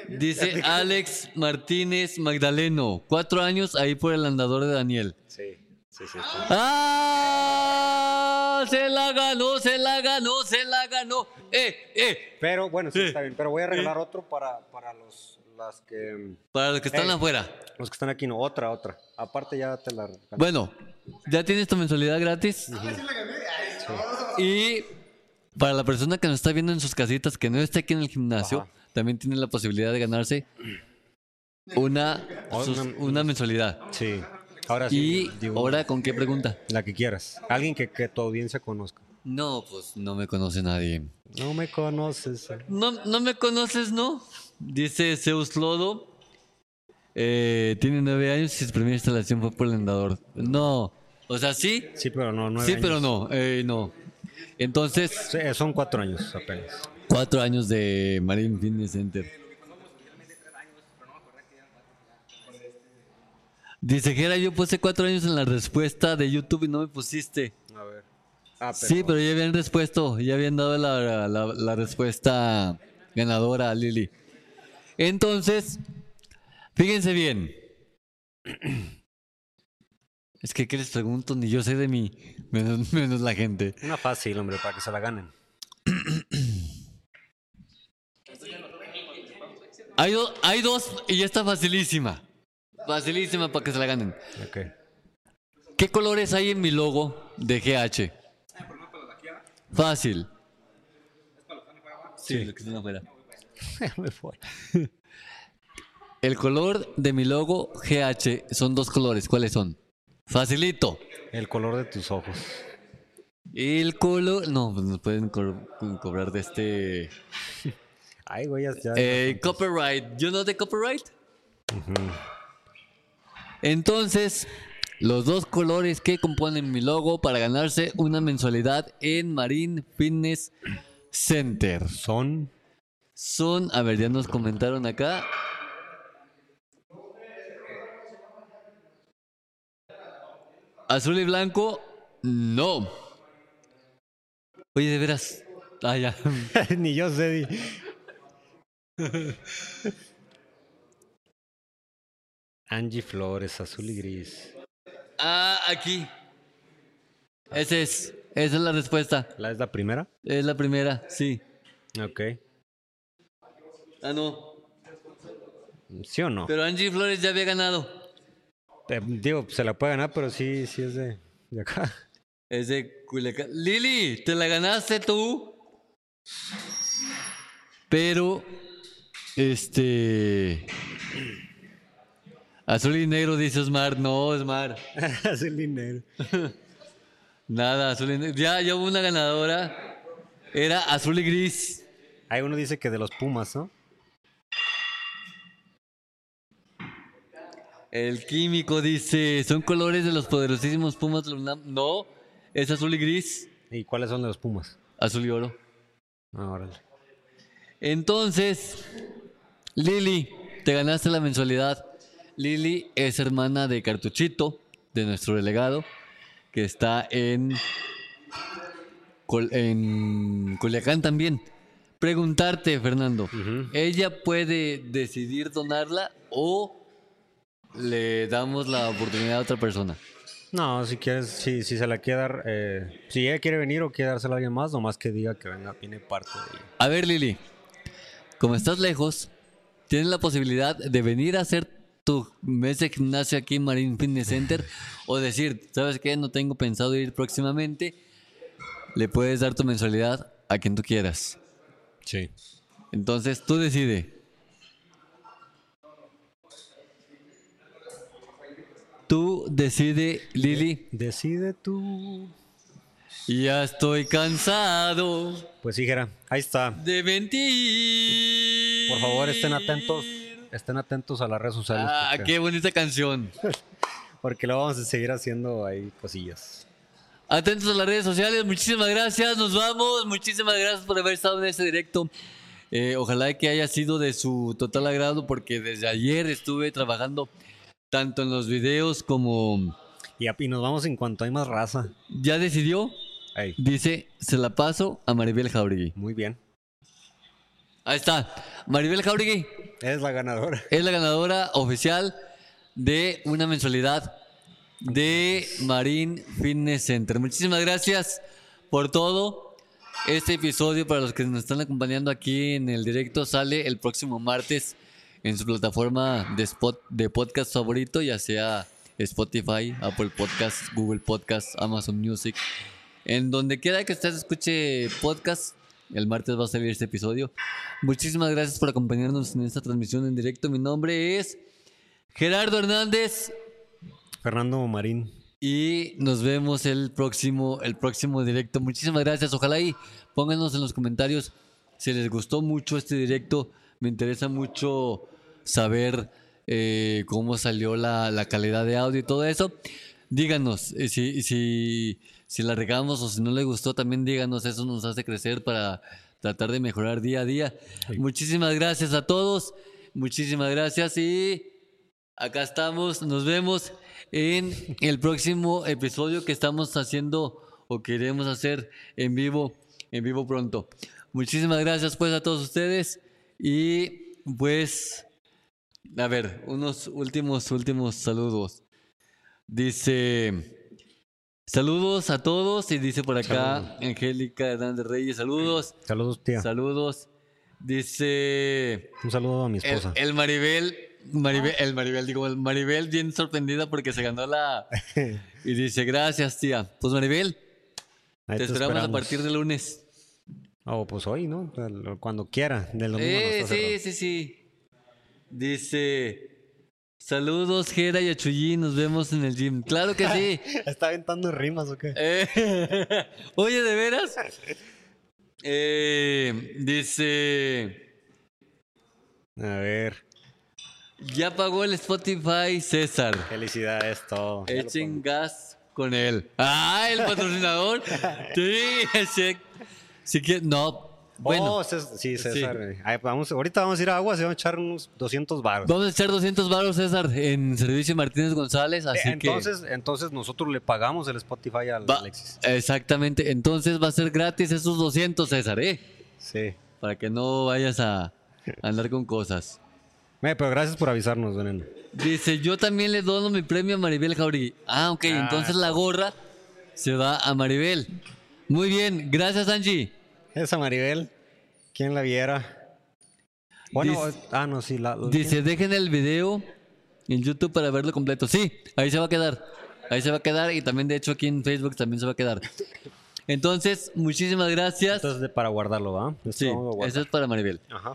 S1: Dice Alex Martínez Magdaleno, cuatro años ahí por el andador de Daniel.
S2: Sí, sí, sí.
S1: ¡Ah! Se la ganó, se la ganó, se la ganó. ¡Eh, eh!
S2: Pero bueno, sí,
S1: Sí.
S2: está bien. Pero voy a regalar otro para, para los, las que,
S1: Para los que están
S2: Ey.
S1: afuera.
S2: los que están aquí. No, otra, otra. Aparte ya te la...
S1: Bueno, ya tienes tu mensualidad gratis.
S2: Ah, pues
S1: Y para la persona que nos está viendo en sus casitas, que no esté aquí en el gimnasio,
S2: Ajá.
S1: también tiene la posibilidad de ganarse una,
S2: O
S1: sus-
S2: Oh, una-
S1: una mensualidad.
S2: Sí. Ahora
S1: Y
S2: sí. digo,
S1: ahora, ¿con qué pregunta?
S2: La que quieras. Alguien que, que tu audiencia conozca.
S1: No, pues no me conoce nadie.
S2: No me conoces.
S1: No, no me conoces, ¿no? Dice Zeus Lodo. Eh, tiene nueve años y su primera instalación fue por el andador. No, o sea, sí,
S2: Sí, pero no, nueve
S1: Sí,
S2: años.
S1: pero no, eh, no. Entonces,
S2: Sí, son cuatro años apenas.
S1: cuatro años de Marine Fitness Center. Dice Gera, yo puse cuatro años en la respuesta de YouTube y no me pusiste.
S2: A ver. Ah, pero...
S1: Sí, pero ya habían respuesto, ya habían dado la, la- la respuesta ganadora a Lili. Entonces, fíjense bien. Es que, ¿qué les pregunto? Ni yo sé de mí, menos- menos la gente.
S2: Una fácil, hombre, para que se la ganen.
S1: Hay, do- hay dos y esta facilísima. Facilísima para que se la ganen.
S2: Ok.
S1: ¿Qué colores hay en mi logo de GH? Fácil. Sí, lo que están afuera.
S2: me voy.
S1: El color de mi logo GH son dos colores. ¿Cuáles son? Facilito.
S2: El color de tus ojos.
S1: El color. No, pues nos pueden co- cobrar de este.
S2: Ay, güey, ya. ya-
S1: Eh, copyright. ¿Yo no de copyright? Entonces, los dos colores que componen mi logo para ganarse una mensualidad en Marine Fitness Center
S2: Son.
S1: son, a ver, ya nos comentaron acá. Azul y blanco, no. Oye, de veras, Ah, ya.
S2: Ni yo sé. di. Angie Flores, azul y gris.
S1: Ah, aquí. Ese es. Esa es la respuesta.
S2: ¿La es la primera?
S1: Es la primera, sí.
S2: Ok.
S1: Ah, no.
S2: ¿Sí o no?
S1: Pero Angie Flores ya había ganado.
S2: Eh, digo, se la puede ganar, pero sí, sí es de, de acá.
S1: Es de Culiacán. Lili, te la ganaste tú. Pero, este. Azul y negro, dice Osmar. No, Osmar.
S2: azul y negro.
S1: Nada, azul y negro. Ya, ya hubo una ganadora. Era azul y gris.
S2: Hay uno dice que de los Pumas, ¿no?
S1: El químico dice: son colores de los poderosísimos Pumas de la UNAM. No, es azul y gris.
S2: ¿Y cuáles son de los Pumas?
S1: Azul y oro.
S2: Ah, órale.
S1: Entonces, Lili, te ganaste la mensualidad. Lili es hermana de Cartuchito, de nuestro delegado, que está en, Col- en Culiacán también. Preguntarte, Fernando, ¿ella puede decidir donarla o le damos la oportunidad a otra persona?
S2: No, si quieres, si, si se la quiere dar, eh, si ella quiere venir o quiere dársela a alguien más, nomás que diga que venga, viene parte de ella.
S1: A ver, Lili, como estás lejos, tienes la posibilidad de venir a hacer tu mes de gimnasio aquí en Marine Fitness Center o decir, ¿sabes qué? No tengo pensado ir próximamente. Le puedes dar tu mensualidad a quien tú quieras.
S2: Sí.
S1: Entonces tú decide. Tú decide, Lili.
S2: Decide tú.
S1: Ya estoy cansado
S2: Pues sí, Jera, ahí está.
S1: de mentir.
S2: Por favor, estén atentos, estén atentos a las redes sociales.
S1: Ah,
S2: porque,
S1: qué bonita canción.
S2: porque lo vamos a seguir haciendo ahí cosillas.
S1: Atentos a las redes sociales, muchísimas gracias, nos vamos, muchísimas gracias por haber estado en este directo. Eh, ojalá que haya sido de su total agrado porque desde ayer estuve trabajando tanto en los videos como...
S2: Y, a- y nos vamos en cuanto hay más raza.
S1: Ya decidió,
S2: Ey,
S1: dice, se la paso a Maribel Jauregui.
S2: muy bien.
S1: Ahí está, Maribel Jauregui
S2: Eres la ganadora.
S1: es la ganadora oficial de una mensualidad de Marine Fitness Center. Muchísimas gracias por todo. Este episodio, para los que nos están acompañando aquí en el directo, sale el próximo martes en su plataforma de, spot, de podcast favorito, ya sea Spotify, Apple Podcasts, Google Podcasts, Amazon Music. En donde quiera que usted escuche podcast, el martes va a salir este episodio. Muchísimas gracias por acompañarnos en esta transmisión en directo. Mi nombre es Gerardo Hernández
S2: Fernando Marín.
S1: y nos vemos el próximo, el próximo directo. Muchísimas gracias. Ojalá y pónganos en los comentarios si les gustó mucho este directo. Me interesa mucho saber eh, cómo salió la, la calidad de audio y todo eso. Díganos eh, si, si, si la regamos o si no les gustó, también díganos. Eso nos hace crecer para tratar de mejorar día a día. Muchísimas gracias a todos. Muchísimas gracias y... Acá estamos, nos vemos en el próximo episodio que estamos haciendo o queremos hacer en vivo, en vivo pronto. Muchísimas gracias pues a todos ustedes y pues a ver, unos últimos últimos saludos. Dice saludos a todos y dice por acá Angélica Hernández Reyes, saludos,
S2: Saludos, tía.
S1: saludos. Dice
S2: Un saludo a mi
S1: el,
S2: esposa.
S1: el Maribel, Maribel, el Maribel, digo, el Maribel bien sorprendida porque se ganó la... Y dice, gracias, tía. Pues Maribel,
S2: Ahí
S1: te, esperamos, a partir de lunes.
S2: Oh, pues hoy, ¿no? Al- Cuando quiera. De los
S1: Eh,
S2: números.
S1: sí, sí, sí. Dice, saludos, Jera y Achuyí, nos vemos en el gym. Claro que sí.
S2: ¿Está aventando rimas o qué?
S1: Eh, Oye, ¿de veras? Eh, dice,
S2: A ver.
S1: ya pagó el Spotify César.
S2: Felicidades, todo. Ya lo
S1: Echen gas con él. Ah, el patrocinador. sí, ese- Si quiere- no. Bueno.
S2: Oh, Cés- sí, César. eh. Ay, vamos, ahorita vamos a ir a Aguas y vamos a echar unos 200 baros. Eh,
S1: Vamos a echar 200 baros, César, en servicio de Martínez González, así
S2: entonces, entonces nosotros le pagamos el Spotify al
S1: Va-
S2: Alexis.
S1: que... Exactamente, entonces va a ser gratis esos 200, César, ¿eh?
S2: Sí.
S1: Para que no vayas a andar con cosas.
S2: Me, pero gracias por avisarnos, Veneno.
S1: Dice, yo también le dono mi premio a Maribel Jauregui. Ah, ok, entonces la gorra se va a Maribel. Muy bien, gracias Angie.
S2: Esa Maribel, ¿quién la viera? Bueno,
S1: Dice-
S2: ah, no, sí, la.
S1: Dice, dejen el video en YouTube para verlo completo. Sí, ahí se va a quedar. Ahí se va a quedar y también de hecho aquí en Facebook también se va a quedar. Entonces, muchísimas gracias.
S2: Entonces, de- para guardarlo, ¿va? Esto
S1: Sí,
S2: lo vamos a guardar.
S1: eso es para Maribel.
S2: Ajá.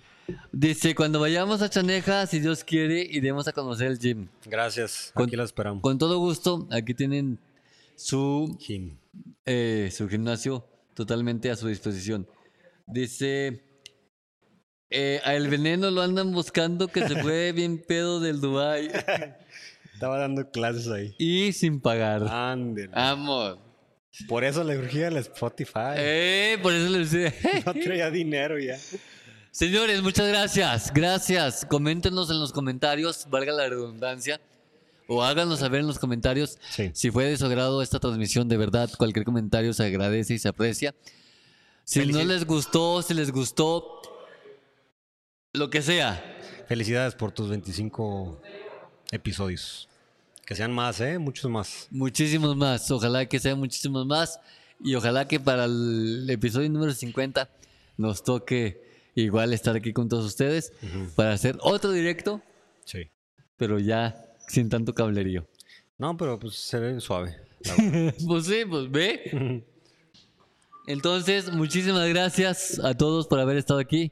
S1: Dice, cuando vayamos a Chaneja, si Dios quiere, iremos a conocer el gym.
S2: Gracias.
S1: Con-
S2: Aquí la esperamos.
S1: Con todo gusto, aquí tienen su
S2: Jim.
S1: eh, su gimnasio totalmente a su disposición. Dice, eh, a el veneno lo andan buscando que se fue bien pedo del Dubai
S2: Estaba dando clases ahí.
S1: y sin pagar.
S2: Ándele.
S1: Ah. Vamos.
S2: Por eso le urgía el Spotify.
S1: Eh, por eso les decía.
S2: No traía dinero ya.
S1: Señores, muchas gracias. Gracias. Coméntenos en los comentarios, valga la redundancia. O háganos saber en los comentarios
S2: Sí.
S1: si fue de su agrado esta transmisión. De verdad, cualquier comentario se agradece y se aprecia. Si no
S2: Felici-
S1: les gustó, si les gustó, lo que sea.
S2: Felicidades por tus 25 episodios. Que sean más, ¿eh? Muchos más.
S1: Muchísimos más. Ojalá que sean muchísimos más. Y ojalá que para el episodio número 50 nos toque igual estar aquí con todos ustedes para hacer otro directo,
S2: Sí.
S1: pero ya sin tanto cablerío.
S2: No, pero pues se ve suave.
S1: Pues sí, pues ve. Entonces, muchísimas gracias a todos por haber estado aquí.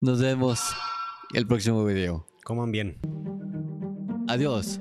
S1: Nos vemos el próximo video.
S2: Coman bien.
S1: Adiós.